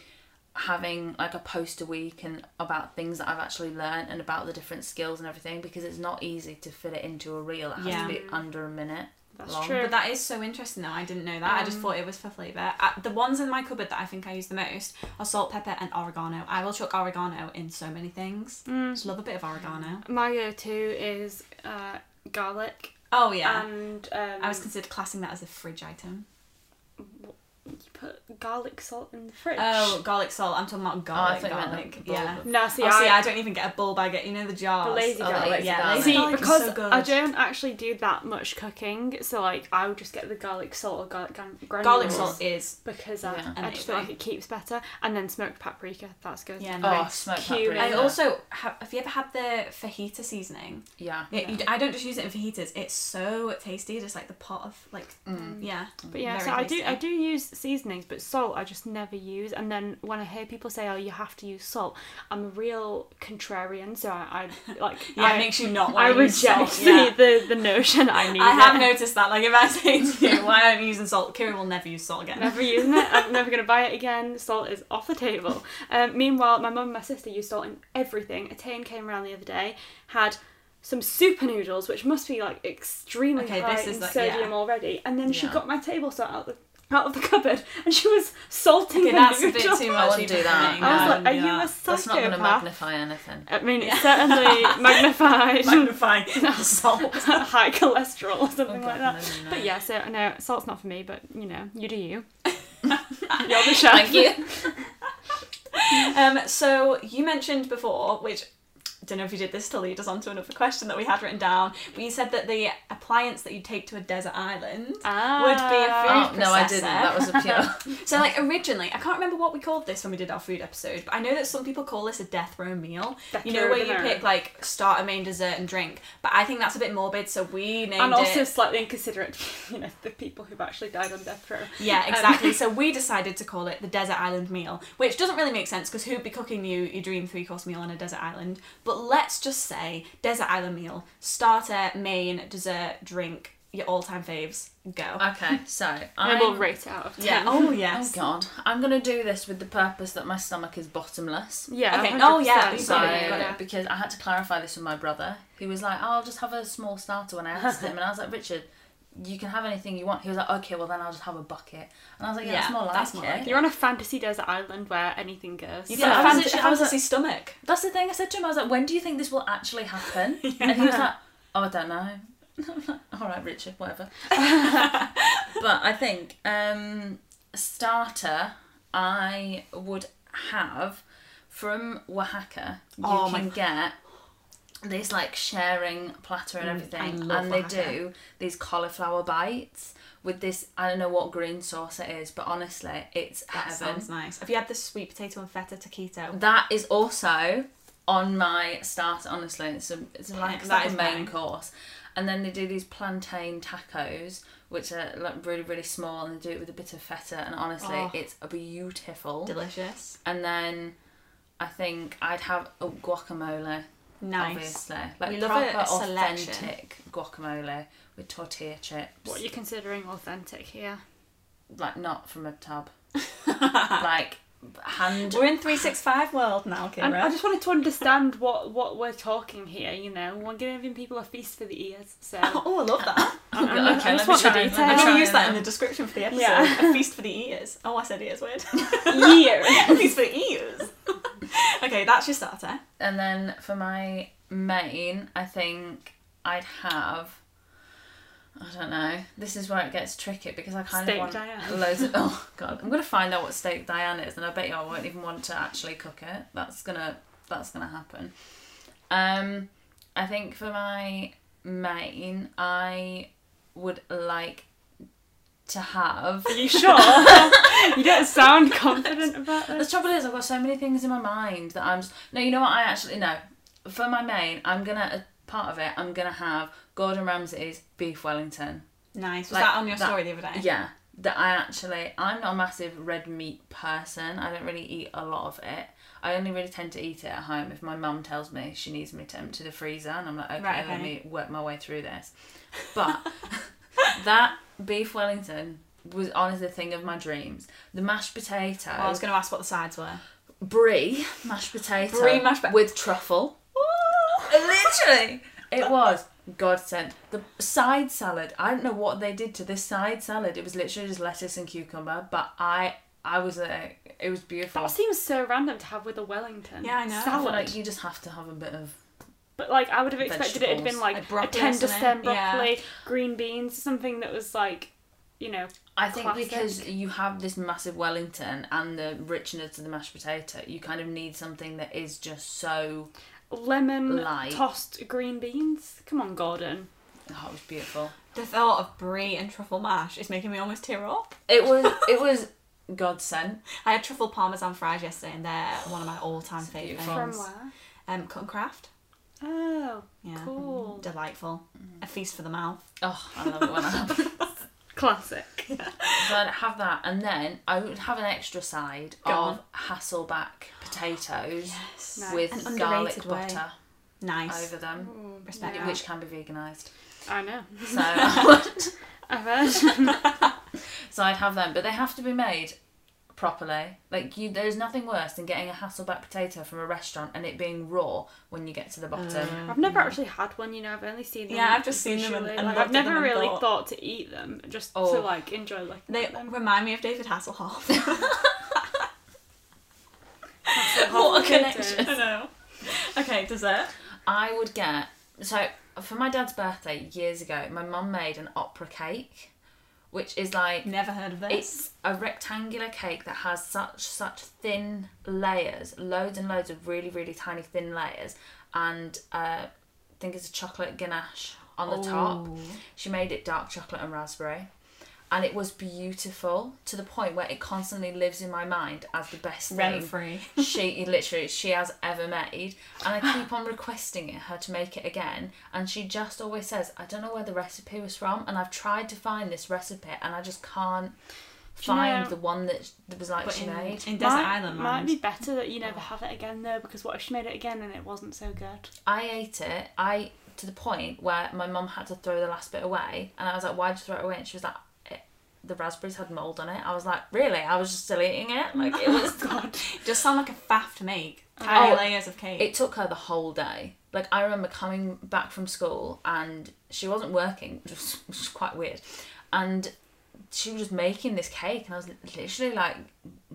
having like a post a week and about things that I've actually learned and about the different skills and everything because it's not easy to fit it into a reel. It has
Yeah.
to be under a minute.
that's
Long.
true.
But that is so interesting though. I didn't know that. I just thought it was for flavour. Uh, the ones in my cupboard that I think I use the most are salt, pepper, and oregano. I will chuck oregano in so many things.
Mm.
Just love a bit of oregano.
My go-to is uh, garlic
Oh yeah.
and um,
I was considered classing that as a fridge item.
you put garlic salt in the fridge.
Oh, garlic salt. I'm talking about
I
garlic.
thought you meant
garlic.
the bulb
Yeah.
of-
no, see,
oh, see,
I,
I don't even get a bulb. I get you know the jars.
the lazy
Oh, the
garlic.
lazy
yeah,
garlic.
see,
Garlic is
because
so good.
I don't actually do that much cooking, so like I would just get the garlic salt or garlic gran-
garlic
granules
salt is
because I,
Yeah.
I just feel like it keeps better, and then smoked paprika. That's good.
yeah.
Oh,
Nice.
smoked
Cumin.
paprika.
I also have. Have you ever had the fajita seasoning?
yeah.
Yeah, you d- I don't just use it in fajitas. It's so tasty. Just like the pot of like,
Mm.
yeah.
But yeah,
Very
so I do
tasty.
I do use seasonings, but salt I just never use. And then when I hear people say, "Oh, you have to use salt," I'm a real contrarian, so I, I like
Yeah,
I,
it makes you not.
I
want to use
reject
salt,
the,
yeah.
the the notion I need.
I have
it.
noticed that. Like, if I say to you, why aren't you using salt? Kira will never use salt again.
Never using it. I'm never gonna buy it again. Salt is off the table. Um, meanwhile, my mum and my sister use salt in everything. Attain came around the other day, had some super noodles, which must be like extremely
Okay,
high
this is
in
like-
sodium
yeah.
already. And then she
Yeah.
got my table salt out of the out of the cupboard, and she was salting
Okay,
the
that's a
noodles.
bit too
I
much.
wouldn't
even
do
for
that.
me. Um,
No,
I was
I
like,
wouldn't do
"Are you a
that.
psychopath?"
That's not going to magnify anything.
I mean, it's certainly magnified
magnifying salt?
high cholesterol or something
Oh, God,
like that.
no, no, no.
But yeah, so no, salt's not for me. But you know, you do you. You're the chef.
Thank you.
Um, so you mentioned before, which don't know if you did this to lead us on to another question that we had written down. But you said that the appliance that you take to a desert island
Ah.
would be a food processor.
Oh, no, I didn't. That was a pure.
So, like, originally, I can't remember what we called this when we did our food episode, but I know that some people call this a death row meal.
Death
you know,
row
where you
dinner.
pick, like, starter, main, dessert, and drink. But I think that's a bit morbid, so we named
and also
it.
slightly inconsiderate, you know, the people who've actually died on death row.
Yeah,
Um,
exactly. so we decided to call it the desert island meal, which doesn't really make sense because who'd be cooking you your dream three course meal on a desert island? But let's just say desert island meal, starter, main, dessert, drink, your all time faves, go.
Okay, so
and
I
we'll rate it out of
Uh,
ten.
Yeah.
oh
Oh
yes.
God, I'm gonna do this with the purpose that my stomach is bottomless.
Yeah.
Okay, oh, yeah,
100%.
we've
So
got it, we've got it.
because I had to clarify this with my brother, who was like, oh, "I'll just have a small starter." When I asked him, and I was like, "Richard, you can have anything you want." He was like, "Okay, well then I'll just have a bucket." And I was like, "Yeah, that's
Yeah,
more like
that's
it."
more like
You're on a fantasy desert island where anything goes.
You've
Yeah,
got
I
a
was
fancy,
literally- I was
fantasy stomach.
That's the thing I said to him. I was like, "When do you think this will actually happen?" And he was like, "Oh, I don't know." I'm like, All right, Richard, whatever. but I think um, starter, I would have from Oaxaca. You
Oh, my
can get this like sharing platter and everything,
Mm, I love
and they
Oaxaca.
do these cauliflower bites with this. I don't know what green sauce it is, but honestly, it's
That
heaven. Mm-hmm.
sounds nice. Have you had the sweet potato and feta taquito?
That is also on my starter. Honestly, it's a, it's like
Yeah,
it's
that
like a
is
main
mine.
course, and then they do these plantain tacos, which are like really really small, and they do it with a bit of feta. And honestly,
Oh.
it's beautiful.
Delicious.
And then I think I'd have a guacamole,
Nice.
obviously, like
We love a
proper
selection.
authentic guacamole with tortilla chips,
What are you considering authentic here?
like not from a tub, like hand.
We're in 365 world now, Kira.
And I just wanted to understand what, what we're talking here, you know. We're giving people a feast for the ears, so.
Oh, I love that.
I'm-
Okay,
I'm- I
let
just
me
want
try
the
and- let me
I'm
details.
going
try
to use that in
and- uh,
the description for the episode.
Yeah.
A feast for the ears. Oh, I said ears, weird.
Year.
a feast for the ears. okay, that's your starter.
And then for my main, I think I'd have. I don't know. This is where it gets tricky because I kind
Steak
of want
Diane.
loads of. Oh god, I'm gonna find out what steak Diane is, and I bet you I won't even want to actually cook it. That's gonna that's gonna happen. Um, I think for my main, I would like to have.
Are you sure? you don't sound confident about
The
this.
trouble is, I've got so many things in my mind that I'm just. No, you know what? I actually no. For my main, I'm gonna a part of it. I'm gonna have Gordon Ramsay's beef Wellington.
Nice. Was
Like
that on your
that-
story the other day?
Yeah, that I actually. I'm not a massive red meat person. I don't really eat a lot of it. I only really tend to eat it at home if my mum tells me she needs me to empty the freezer, and I'm like, okay,
Right,
let
okay.
me work my way through this. But that beef Wellington was honestly the thing of my dreams. The mashed potatoes
Well, I was going to ask what the sides were.
brie mashed potato
Brie mashed pot-
with truffle. Literally, it was godsend. The side salad. I don't know what they did to this side salad. It was literally just lettuce and cucumber, but I I was like, it was beautiful.
That seems so random to have with a Wellington.
Yeah, I know.
I feel
Salad.
like you just have to have a bit of
But like I would have expected it had been
Vegetables,
like,
like broccoli
a
or
tender
something.
stem
Yeah.
broccoli, green beans, something that was like, you know,
I think
Classic.
because you have this massive Wellington and the richness of the mashed potato, you kind of need something that is just so.
lemon
Light.
tossed green beans. Come on, Gordon.
Oh, it was beautiful.
The thought of brie and truffle mash is making me almost tear up.
It was. It was godsend.
I had truffle parmesan fries yesterday, and they're one of my all-time favourite
beautiful.
From
things.
where?
Um, cut and craft.
Oh,
Yeah.
cool.
Delightful. A feast for the mouth.
Oh, I love it when that happens.
Classic.
So I'd have that, and then I would have an extra side
Go
of
on.
Hasselback potatoes
Yes.
Nice.
An
with
underrated
garlic
way.
butter
Nice.
over them,
Respect
Yeah.
that.
which can be veganised.
I know.
So,
I've heard.
so I'd have them, but they have to be made properly. Like you, there's nothing worse than getting a Hasselback potato from a restaurant and it being raw when you get to the bottom.
I've never
Um,
actually had one. You know, I've only seen them.
Yeah, I've just seen them and-
visually.
and
like,
looked
I've
at
never
them and
really
thought-
thought to eat them, just
Oh.
to like enjoy like
They
them.
remind me of David Hasselhoff.
What a
I
connection.
know. Okay, dessert.
I would get so for my dad's birthday years ago, my mum made an opera cake, which is like
Never heard of this.
It's a rectangular cake that has such such thin layers, loads and loads of really really tiny thin layers, and uh, I think it's a chocolate ganache on the top. She made it dark chocolate and raspberry. And it was beautiful to the point where it constantly lives in my mind as the best
Rent
thing
free.
she literally she has ever made and i keep on requesting it, her to make it again and she just always says i don't know where the recipe was from and i've tried to find this recipe and i just can't
you know-
find the one that sh- that was like
But
she
in,
made
in Desert
might,
Island,
might
man.
be better that you never have it again though, because what if she made it again and it wasn't so good?
i ate it i to the point where my mum had to throw the last bit away and i was like why'd you throw it away and she was like "It- the raspberries had mold on it. I was like, really? I was just still eating it. Like it was. God.
Just sound like a faff to make. Tiny
Oh,
layers of cake.
It took her the whole day. Like I remember coming back from school and she wasn't working, which was, which was quite weird. And she was just making this cake, and I was literally like,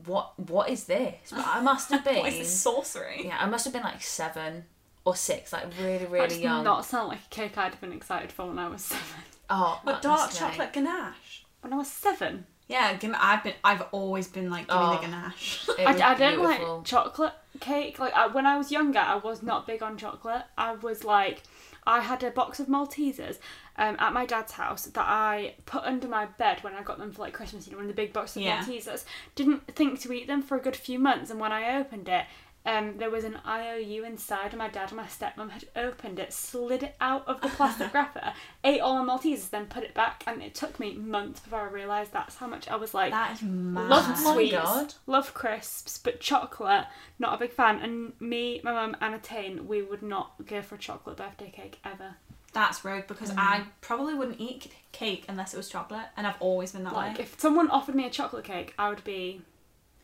"What? What is this?" But I must have been,
what is this sorcery?
yeah, I must have been like seven or six, like really,
That
really
does
young.
not sound like a cake I'd have been excited for when I was seven.
oh,
But dark
honestly.
chocolate ganache.
When I was seven,
Yeah, give me, I've been. I've always been like, give
Oh.
me the ganache.
It
I,
was
I don't
beautiful.
like chocolate cake. Like I, when I was younger, I was not big on chocolate. I was like, I had a box of Maltesers um, at my dad's house that I put under my bed when I got them for like Christmas. You know, one of the big boxes of
Yeah.
Maltesers. Didn't think to eat them for a good few months, and when I opened it. Um, there was an IOU inside, and my dad and my stepmom had opened it, slid it out of the plastic wrapper, ate all my Maltesers, then put it back, and it took me months before I realised that's how much I was like
That is mad.
Love
Oh my
sweets,
God.
love crisps, but chocolate, not a big fan. And me, my mum, and Attain, we would not go for a chocolate birthday cake ever.
That's rogue because I probably wouldn't eat c- cake unless it was chocolate, and I've always been that
Like,
way.
if someone offered me a chocolate cake, I would be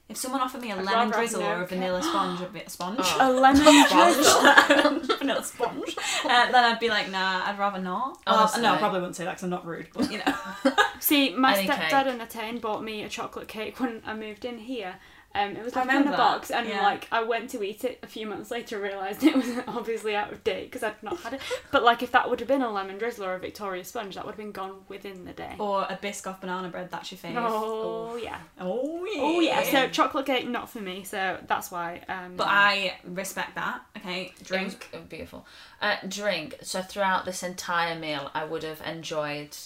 If someone offered me a
I'd
lemon
rather have
drizzle
no
or a
cake.
vanilla sponge, a bit sponge,
Oh.
a lemon drizzle.
vanilla sponge, uh, then I'd be like, nah, I'd rather not. Well,
Honestly.
no, I probably wouldn't say that because I'm not rude, but you know.
See, my
Any
stepdad
cake.
and Attain bought me a chocolate cake when I moved in here. Um, it was
I
like in a
remember that,
box, and
yeah.
like I went to eat it a few months later, realised it was obviously out of date because I'd not had it. But like, if that would have been a lemon drizzle or a Victoria sponge, that would have been gone within the day.
or a biscoff banana bread. That's your fave.
Oh yeah.
Oh yeah.
Oh yeah, so chocolate cake not for me, so that's why. Um,
But I respect that. Okay,
It was
drink.
g- beautiful. Uh, drink. So throughout this entire meal, I would have enjoyed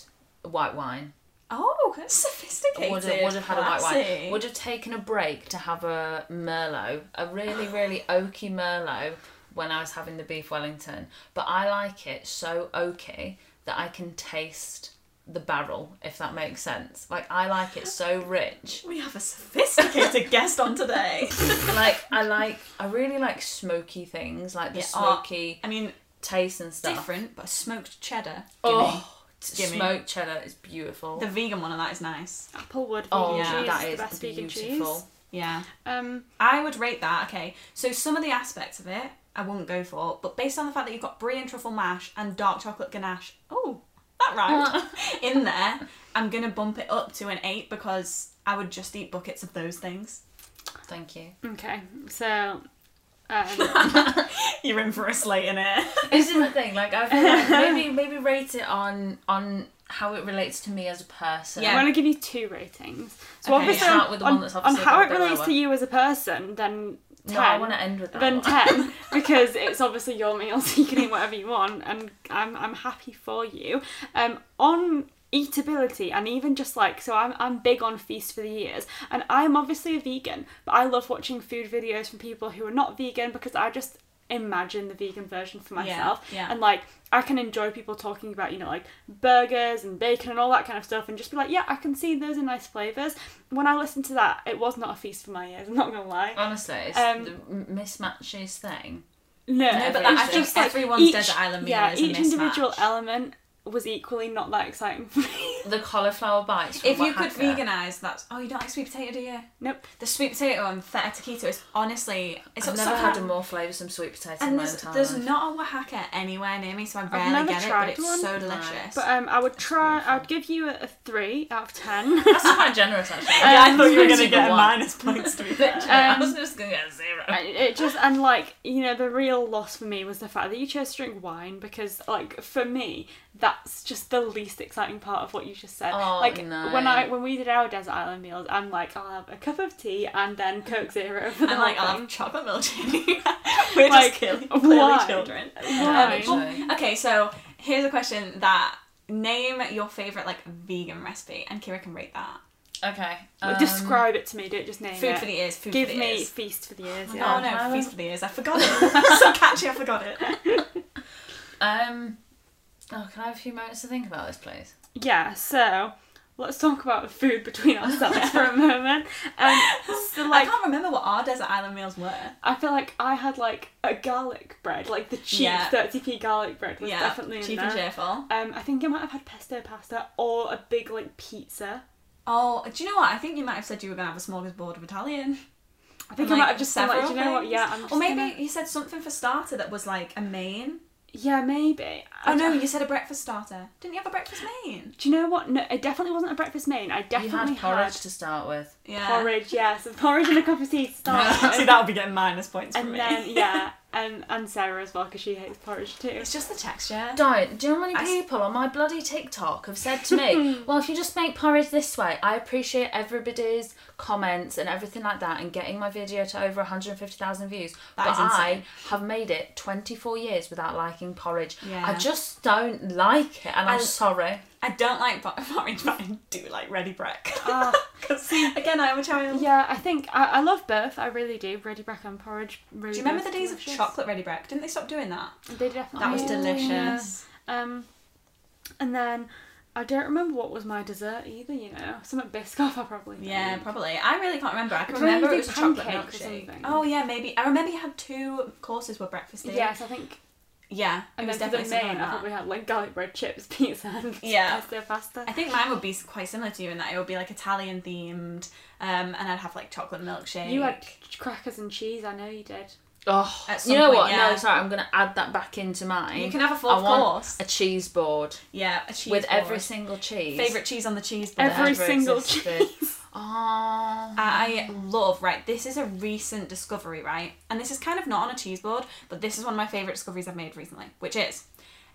white wine.
Oh, that's sophisticated.
would have, would have had a white
classy.
wine. Would have taken a break to have a merlot, a really really oaky merlot when I was having the beef Wellington. But I like it so oaky that I can taste the barrel, if that makes sense. Like I like it so rich.
We have a sophisticated guest on today.
Like I like I really like smoky things, like the
Yeah, oh,
smoky
I mean,
taste and stuff.
different, but smoked cheddar. gimme.
Oh, t-
Gimme.
smoked cheddar is beautiful.
The vegan one of that is nice.
Applewood vegan
oh,
yeah,
cheese
that
is
is
the best vegan cheese.
beautiful.
Yeah.
Um,
I would rate that. Okay, so some of the aspects of it I wouldn't go for, but based on the fact that you've got brie and truffle mash and dark chocolate ganache, oh, that rhymed, in there, I'm gonna bump it up to an eight because I would just eat buckets of those things.
Thank you.
okay, so um,
You're in for a slate in it.
This is the thing. Like I feel like maybe maybe rate it on on how it relates to me as a person.
Yeah.
I'm gonna give you two ratings. So
Okay,
obviously,
start
on,
with the
on,
one that's
on
obviously
how
a
it
bit
relates
lower.
to you as a person, then ten,
No, I want to end with that.
then
one.
ten, because it's obviously your meal, so you can eat whatever you want, and I'm I'm happy for you. Um, on eatability and even just like so I'm, I'm big on feast for the years and i'm obviously a vegan but i love watching food videos from people who are not vegan because i just imagine the vegan version for myself
yeah.
and like i can enjoy people talking about you know like burgers and bacon and all that kind of stuff and just be like yeah i can see those are nice flavors when i listened to that it was not a feast for my ears i'm not gonna lie
Honestly, it's
Um,
the m- mismatches thing.
no,
No,
but
but
I
I think
just like
everyone's
each,
desert island meal
Yeah,
is a
each individual
mismatch.
element was equally not that exciting for me.
The cauliflower bites. From
if you could
Oaxaca.
veganize, that's oh, you don't like sweet potato, do you?
nope.
The sweet potato and feta taquito is honestly, it's
I've
so-
never had a
so-
more flavoursome sweet potato in
And
my
there's,
entire
there's
life.
not a Oaxaca anywhere near me, so I
never
rarely get it,
tried
but it's
one.
so
No.
delicious.
But um, I would try. I would give you a, a three out of ten.
That's quite generous, actually.
uh,
Yeah, I thought you were
gonna get
minus points to be fair.
I was just gonna get a zero.
I- it just and like you know the real loss for me was the fact that you chose to drink wine because like for me that that's just the least exciting part of what you just said.
Oh,
like
no.
when I when we did our desert island meals, I'm like, I'll have a cup of tea and then Coke Zero for
Mm-hmm.
the
And like,
whole
I'll
thing.
have chocolate milk jelly. We're
Like,
just killing clearly
why?
children.
Why?
Um, well, okay, so here's a question that name your favorite like vegan recipe, and Kira can rate that.
Okay.
Well,
um,
Describe it to me. Don't just name
Food
it.
for the ears. Food
Give
for the
me
ears.
feast for the ears.
Oh
yeah.
God.
no,
Um,
feast for the ears. I forgot it. so catchy, I forgot it.
Um. Oh, can I have a few moments to think about this, please?
Yeah. So let's talk about food between ourselves for a moment. Um, so
I
like.
can't remember what our desert island meals were.
I feel like I had like a garlic bread, like the cheap
Yeah.
30p garlic bread was
yeah,
definitely in
cheap
there.
and cheerful.
Um, I think I might have had pesto pasta or a big like pizza.
Oh, do you know what? I think you might have said you were gonna have a smorgasbord of Italian.
I think
And,
I might
like,
have just said like,
several
do you know what?
things.
Yeah, I'm just
or maybe
gonna-
you said something for starter that was like a main.
Yeah, maybe.
Oh
I-
no, you said a breakfast starter. Didn't you have a breakfast main?
Do you know what? No, it definitely wasn't a breakfast main. I definitely
you had porridge to start with.
Yeah.
porridge, yeah, so porridge and a cup of tea to start
See,
with.
that would be getting minus points
and then yeah, and and Sarah as well because she hates porridge too.
it's just the texture.
Don't. Do you know how many
I s-
people on my bloody TikTok have said to me, well, if you just make porridge this way, I appreciate everybody's comments and everything like that and getting my video to over 150,000 views.
That
but
is insane.
I have made it 24 years without liking porridge.
Yeah.
I just don't like it and I'm
I-
sorry.
I don't like por- porridge, but I do like ready breck.
Ah.
Because again, I'm a child.
Yeah, I think I, I love both. I really do. Ready breck and porridge. Really
Do you remember the
both
days of
delicious.
chocolate ready breck? Didn't they stop doing that?
They definitely.
That was
yeah.
delicious.
Um, and then I don't remember what was my dessert either. You know, some at Biscoff. I probably
Yeah,
think.
probably. I really can't remember. I can
It's when
remember
you
it
do
was a chocolate
pancake or
milkshake.
something.
Oh yeah, maybe. I remember you had two courses were breakfasty.
Yes, I think.
Yeah. It
And
was
then for
definitely
the
something
main,
like that.
I probably had like garlic bread, chips, pizza, and
Yeah.
pesto pasta.
I think mine would be s- quite similar to you in that it would be like Italian themed, um, and I'd have like chocolate milkshake.
You had crackers and cheese. I know you did.
Oh,
At some
you know
point,
what?
yeah.
No, sorry, I'm going to add that back into mine.
You can have a
I
fourth
want
course.
a cheese board
Yeah, a cheese
with every
board.
single cheese.
favorite cheese on the cheese board.
Every
ever
single
existed.
cheese.
Oh.
I love, right, this is a recent discovery, right? And this is kind of not on a cheese board, but this is one of my favourite discoveries I've made recently, which is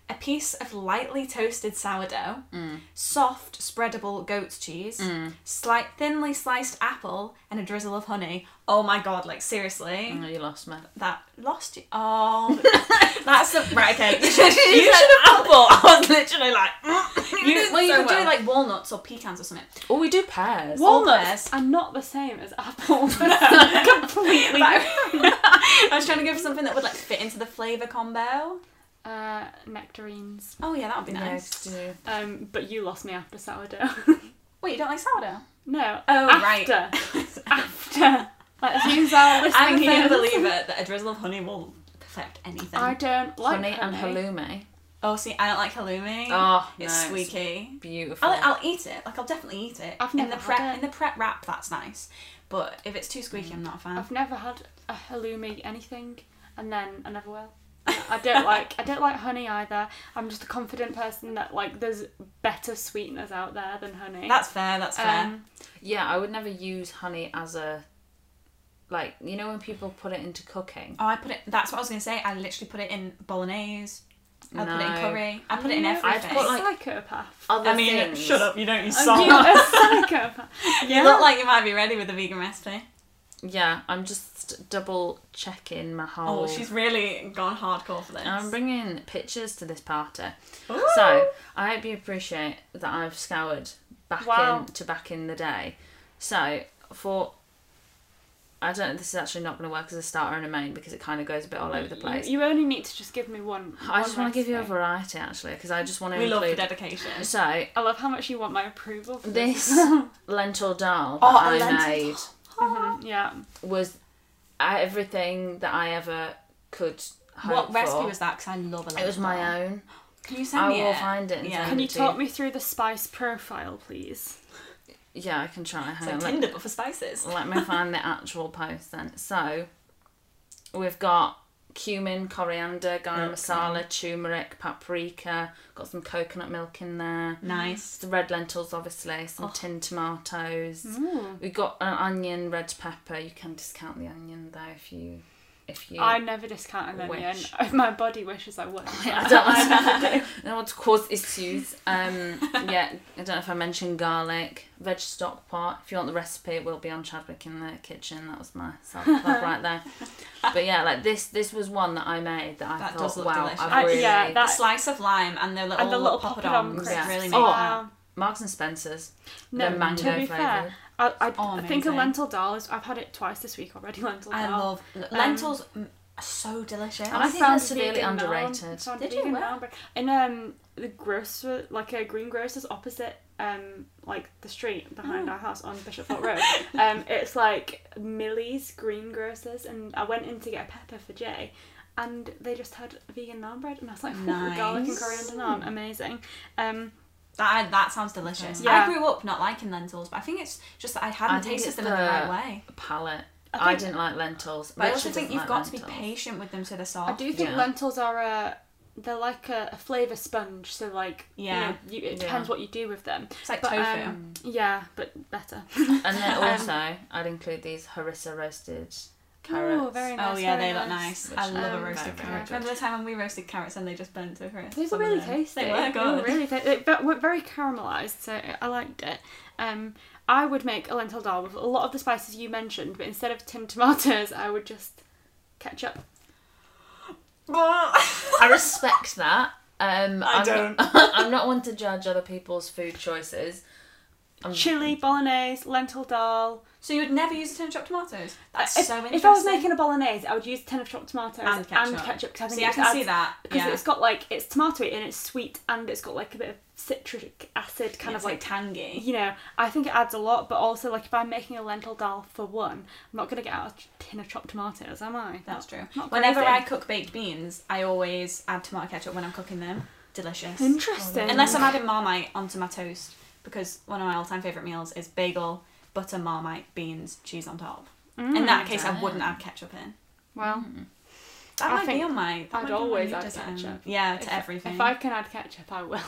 a piece of lightly toasted sourdough,
Mm.
soft, spreadable goat's cheese, slight, thinly sliced apple, and a drizzle of honey. Oh my god, like seriously.
Oh, you lost me.
That lost you. Oh, that's the right. Okay, you should,
You
you
said
should have
apple. I was literally like,
"Mm." You, well, you
so
could do
well.
like walnuts or pecans or something.
oh, we do pears.
What? All
Walnuts
best.
are not the same as apples. Completely.
But
different.
I I was trying to go for something that would like fit into the flavour combo.
Uh, nectarines.
Oh yeah, that would be
Yeah,
nice.
we do.
Um, but you lost me after sourdough.
Wait, you don't like sourdough?
no.
Oh, right.
after. after. Let's use our listening
I'm a
ears.
believer that a drizzle of honey will perfect anything.
I don't like
honey, and halloumi.
oh, see, I don't like halloumi.
Oh,
it's
no, it's
squeaky.
Beautiful.
I'll, I'll eat it. Like I'll definitely eat it. Mm.
I've
in
never
the
had
prep
it.
in the prep wrap. That's nice, but if it's too squeaky, I'm not a fan.
I've never had a halloumi anything, and then I never will. I don't like I don't like honey either. I'm just a confident person that like there's better sweeteners out there than honey.
That's fair. That's fair.
um,
yeah, I would never use honey as a. Like, you know when people put it into cooking?
oh, I put it. That's what I was gonna say. I literally put it in bolognese. I put it in
No.
curry. I put it in
you
everything.
I'd put,
a
like-
psychopath.
Other
I mean,
things.
shut up. You don't use
Are
salt.
you a psychopath?
You look like you might be ready with a vegan recipe.
Yeah, I'm just double checking my whole.
Oh, she's really gone hardcore for this.
I'm bringing pictures to this party.
Ooh.
Um, So I hope you appreciate that I've scoured back
Wow.
in to back in the day. So for I don't. This is actually not going to work as a starter and a main because it kind of goes a bit all over the place.
You, you only need to just give me one.
I just
one
want to give you a
recipe.
variety actually because I just want to
we love the
include.
dedication.
so
I love how much you want my approval. For this.
this lentil dal
Oh,
that
a
I
lentil
made
Mhm, yeah.
was everything that I ever could hope
What recipe
for.
was that? Because I love a
Mm-hmm. It was my own.
Can you send
I
me
will
it?
find it and
Yeah.
send
Can
it
you
to you.
talk me through the spice profile, please?
Yeah, I can try.
It's
Hang
like
on. let-
Tinder, but for spices.
let me find the actual post then. So we've got cumin, coriander, garam masala, turmeric, paprika, got some coconut milk in there.
Nice.
The red lentils obviously, some tin
Mm.
tomatoes. We've got an onion, red pepper. You can discount the onion though if you if you.
I never discount an onion.
Wish.
If my body wishes, I would.
I don't, I don't want to cause issues. Um, yeah, I don't know if I mentioned garlic, veg stock pot. If you want the recipe, it will be on Chadwick in the kitchen. That was my self club right there. But yeah, like this, this was one that I made that I
That does
thought,
look
wow,
delicious. Uh,
I-
I've really.
yeah,
The
that-
slice of lime and the little,
and the little
poppadom
poppadom
crisps
crisps.
Yeah.
really make
Oh,
that.
wow.
Marks and Spencer's.
No,
They're mango
to be
flavoured.
fair, I, I,
Oh,
I think a
amazing.
lentil dal is. I've had it twice this week already. Lentil
I
dal.
love lentils. mm, are so delicious.
I think
found
that's severely
vegan now-
underrated.
found
Did you?
vegan
Where?
now, but- in um the grocer, like a greengrocer's opposite um like the street behind
Oh.
our house on Bishop Fort Road. um, it's like Millie's greengrocers, and I went in to get a pepper for Jay. And they just had vegan naan bread, and I was like, "Ooh, garlic and
Nice.
coriander naan, amazing." Um,
That that sounds delicious.
Yeah.
I grew up not liking lentils, but I think it's just that I hadn't
I think
tasted
it's
them in the right
the-
way.
palate.
I
I,
think-
didn't like lentils.
But I
Richard
also think
doesn't
you've
like
got to be
lentils.
patient with them so they're
I
soft.
do think
Yeah.
lentils are a they're like a, a flavour sponge, so like
Yeah.
you know, you, it
Yeah.
depends what you do with them.
It's like
But,
tofu.
um, yeah, but better.
Mm. And then
Um,
also, I'd include these harissa roasted carrots.
Oh, very
oh
nice.
yeah,
very
they look nice.
nice.
Which
I love
um,
a roasted
very, very
carrot.
good.
Remember the time when we roasted carrots and they just burnt to a crisp?
These are
Some of
really
them.
tasty.
They were
They were
good.
really tasty. They but were very caramelised, so I liked it. Um, I would make a lentil dal with a lot of the spices you mentioned, but instead of tinned tomatoes, I would just ketchup.
I respect that. Um,
I
I'm
don't.
Not, I'm not one to judge other people's food choices.
Oh,
I'm,
Chili, bolognese, lentil dal. Uh,
so you would never use a tin of chopped tomatoes? That's
if,
so interesting.
If I was making a bolognese, I would use ten of chopped tomatoes
And ketchup.
because I think
See, I
it
can
adds-
see that.
because
Yeah.
it's got like it's tomatoey and it's sweet and it's got like a bit of citric acid kind
It's
of like
tangy.
you know, I think it adds a lot, but also like if I'm making a lentil dal for one, I'm not gonna get out a tin of chopped tomatoes, am I?
That's true.
not
Whenever
crazy.
I cook baked beans, I always add tomato ketchup when I'm cooking them. Delicious.
Interesting.
Unless I'm adding marmite onto my toast, because one of my all time favourite meals is bagel, butter, marmite, beans, cheese on top. In that case, I wouldn't add ketchup in.
Mm. well,
That
I
might be
think
on my. that
I'd
might be on my
always
new
add
design.
ketchup.
Yeah, to
if,
everything.
If I can add ketchup, I will.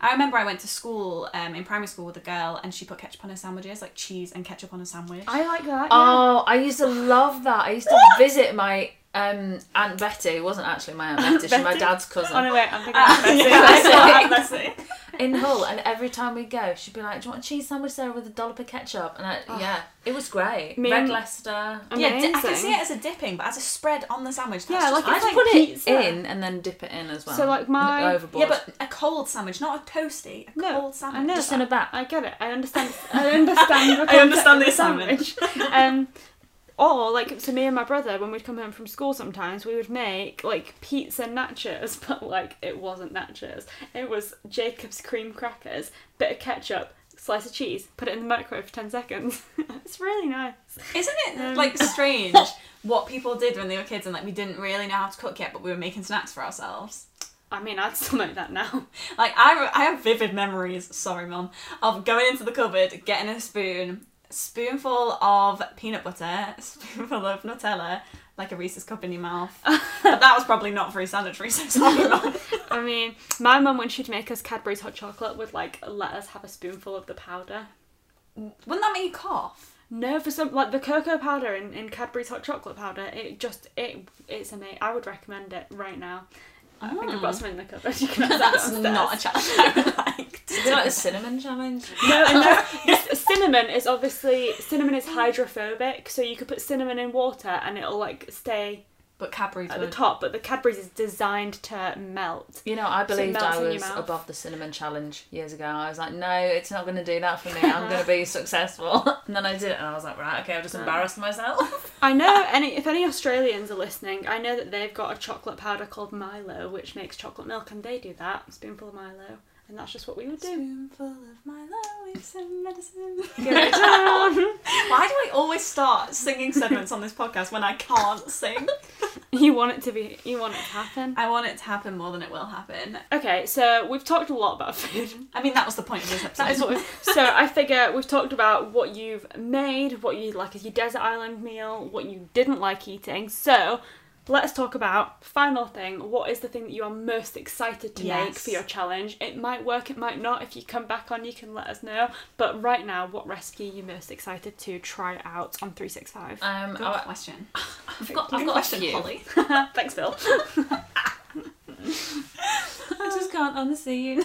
I remember I went to school um, in primary school with a girl, and she put ketchup on her sandwiches, like cheese and ketchup on a sandwich.
I like that.
Oh, I used to love that. I used to visit my um, aunt Betty. It wasn't actually my aunt Betty. She's my
Betty?
dad's
Oh
cousin
no, wait, I'm thinking
Ah,
of
yeah,
messy.
I thought-
That's
that's it.
in Hull, and every time we go, she'd be like, "Do you want a cheese sandwich there with a dollop of ketchup?" And I, yeah, it was great.
Me
Red
and-
Leicester.
Yeah, d- I can see
Amazing.
it as a dipping, but as a spread on the sandwich. That's
Yeah,
just,
like
I
it's
just
like
put
pizza.
it in and then dip it in as well.
So, like, my-
overboard.
yeah, but a cold sandwich, not a toasty. A
No,
cold
I
sandwich.
know
just
that.
in a bag.
I get it. I understand. I understand. the
I understand
concept of
the
a um, or like so, me and my brother, when we'd come home from school, sometimes we would make like pizza nachos, but like it wasn't nachos. It was Jacob's cream crackers, bit of ketchup, slice of cheese, put it in the microwave for ten seconds. it's really nice.
Isn't it
Um,
like strange what people did when they were kids and like we didn't really know how to cook yet, but we were making snacks for ourselves?
I mean, I'd still make that now.
Like I, re- I have vivid memories. Sorry, mum, of going into the cupboard, getting a spoon, spoonful of peanut butter, spoonful of Nutella, like a Reese's cup in your mouth. but that was probably not free sanitary, so sorry, mum.
I mean, my mum when she'd make us Cadbury's hot chocolate would like let us have a spoonful of the powder.
Wouldn't that make you cough?
No, for some like the cocoa powder in, in Cadbury's hot chocolate powder, it just it it's amazing. I would recommend it right now. I think I've got some in the cupboard. You can have that
Ah. Hmm. That's not a challenge I would like. to
Is it like the cinnamon challenge?
no, and no, it's- cinnamon is obviously cinnamon is hydrophobic, so you could put cinnamon in water and it'll like stay
But Cadbury's
at the
would.
top. But the Cadbury's is designed to melt.
You know, I
So it
believed I
melts in your
was
mouth.
above the cinnamon challenge years ago. I was like, no, it's not going to do that for me. I'm going to be successful. And then I did it, and I was like, right, okay, I've just embarrassed myself.
I know any if any Australians are listening, I know that they've got a chocolate powder called Milo, which makes chocolate milk, and they do that spoonful of Milo, and that's just what we would do.
Spoonful of Milo is some medicine.
Give it down.
Why do I always start singing segments on this podcast when I can't sing?
You want it to be. You want it to happen.
I want it to happen more than it will happen.
Okay, so we've talked a lot about food.
I mean, that was the point of this episode.
That is what. We've, so I figure we've talked about what you've made, what you like as your desert island meal, what you didn't like eating. So Let's talk about final thing. What is the thing that you are most excited to make
Yes.
for your challenge? It might work, it might not. If you come back on, you can let us know. But right now, what recipe are you most excited to try out on 365?
Um,
Good
I-
question.
I've got,
Good
I've got a
question,
few.
Holly.
Thanks, Bill.
I just can't honestly. You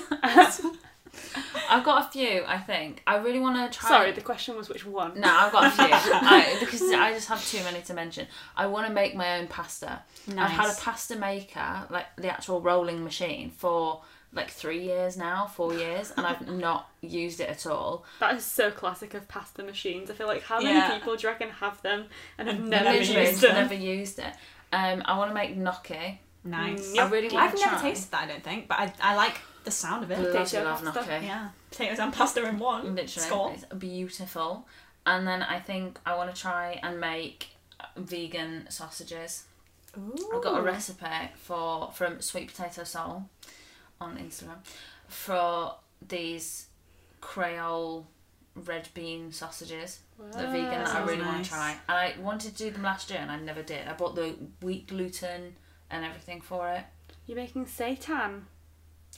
I've got a few. I think I really want to try.
Sorry, the question was which one?
No, I've got a few. I, because I just have too many to mention. I want to make my own pasta. I've had a
Nice.
pasta maker, like the actual rolling machine, for like three years now, four years, and I've not used it at all.
That is so classic of pasta machines. I feel like how
Yeah.
many people do you reckon have them and have never
Literally,
used them?
never used it. Um, I want to make gnocchi.
nice.
Yep.
I really want
Mm, I've
to
never
try.
tasted that. I don't think, but I, I like the sound of it.
Potato
Love, love
pasta.
gnocchi.
Yeah, potatoes and pasta in one.
Literally,
Score.
it's beautiful. And then I think I want to try and make uh, vegan sausages. I've got a recipe for from Sweet Potato Soul on Instagram for these Creole red bean sausages. The vegan that I
Oh, Sounds
really want
nice.
to try. And I wanted to do them last year and I never did. I bought the wheat gluten and everything for it.
You're making seitan.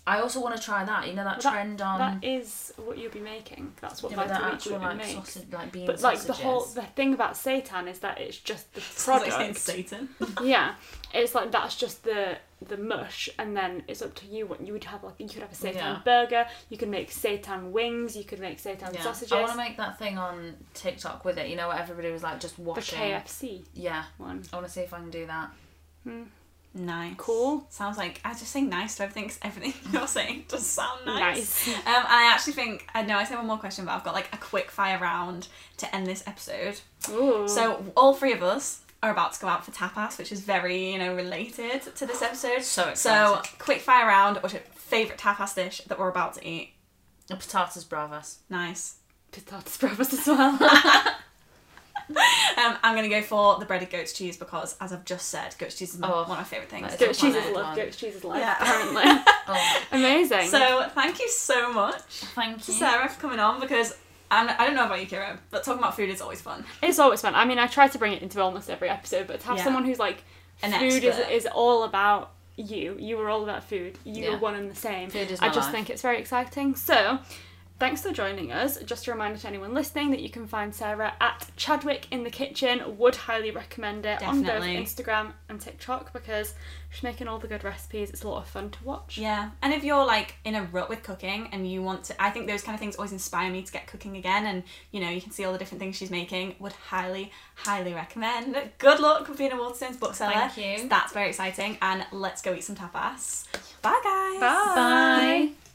I also want to try that. You know that
Well, that-
trend on
that is what you'll be making. That's what
you know, the
Vital Eat
actual
would
like
make.
sausage, like bean
But like
sausages.
the whole the thing about seitan is that it's just the
Sounds like saying
product.
Satan.
yeah, it's like that's just the the mush, and then it's up to you what you would have. Like you could have a seitan
Yeah.
burger, you could make seitan wings, you could make seitan
Yeah.
sausages.
I want to make that thing on TikTok with it. You know what everybody was like, just
the
washing.
KFC
Yeah,
one. Hmm.
I want to see if I can do that.
Nice.
Cool.
Sounds like I was just saying nice to everything. 'cause everything you're saying does sound nice.
Nice.
Um, I actually think I know I said one more question, but I've got like a quick fire round to end this episode.
Ooh.
So all three of us are about to go out for tapas, which is very you know related to this episode.
So
So
excited.
quick fire round. What's your favorite tapas dish that we're about to eat?
The patatas bravas.
Nice.
Patatas bravas as well.
Um, I'm gonna go for the breaded goat's cheese because, as I've just said, goat's cheese is my, one
Oh,
of my favorite things.
that
goat's
on
cheese is
it,
love.
on.
Goat's cheese is life.
Yeah.
Apparently.
Oh,
Amazing.
So thank you so much,
thank you.
Sarah, for coming on because I'm, I don't know about you, Kira, but talking about food is always fun.
It's always fun. I mean, I try to bring it into almost every episode, but to have
Yeah.
someone who's like,
An
food is,
expert.
is all about you. You are all about food. You
Yeah.
are one and the same.
Food is
I
my
just
life.
think it's very exciting. So, thanks for joining us. Just a reminder to anyone listening that you can find Sarah at Chadwick in the Kitchen. Would highly recommend it
Definitely.
on both Instagram and TikTok because she's making all the good recipes. It's a lot of fun to watch.
Yeah, and if you're like in a rut with cooking and you want to, I think those kind of things always inspire me to get cooking again. And you know, you can see all the different things she's making. Would highly, highly recommend. Good luck with being a Waterstones bookseller.
Thank you.
That's very exciting. And let's go eat some tapas. Bye, guys.
Bye.
Bye.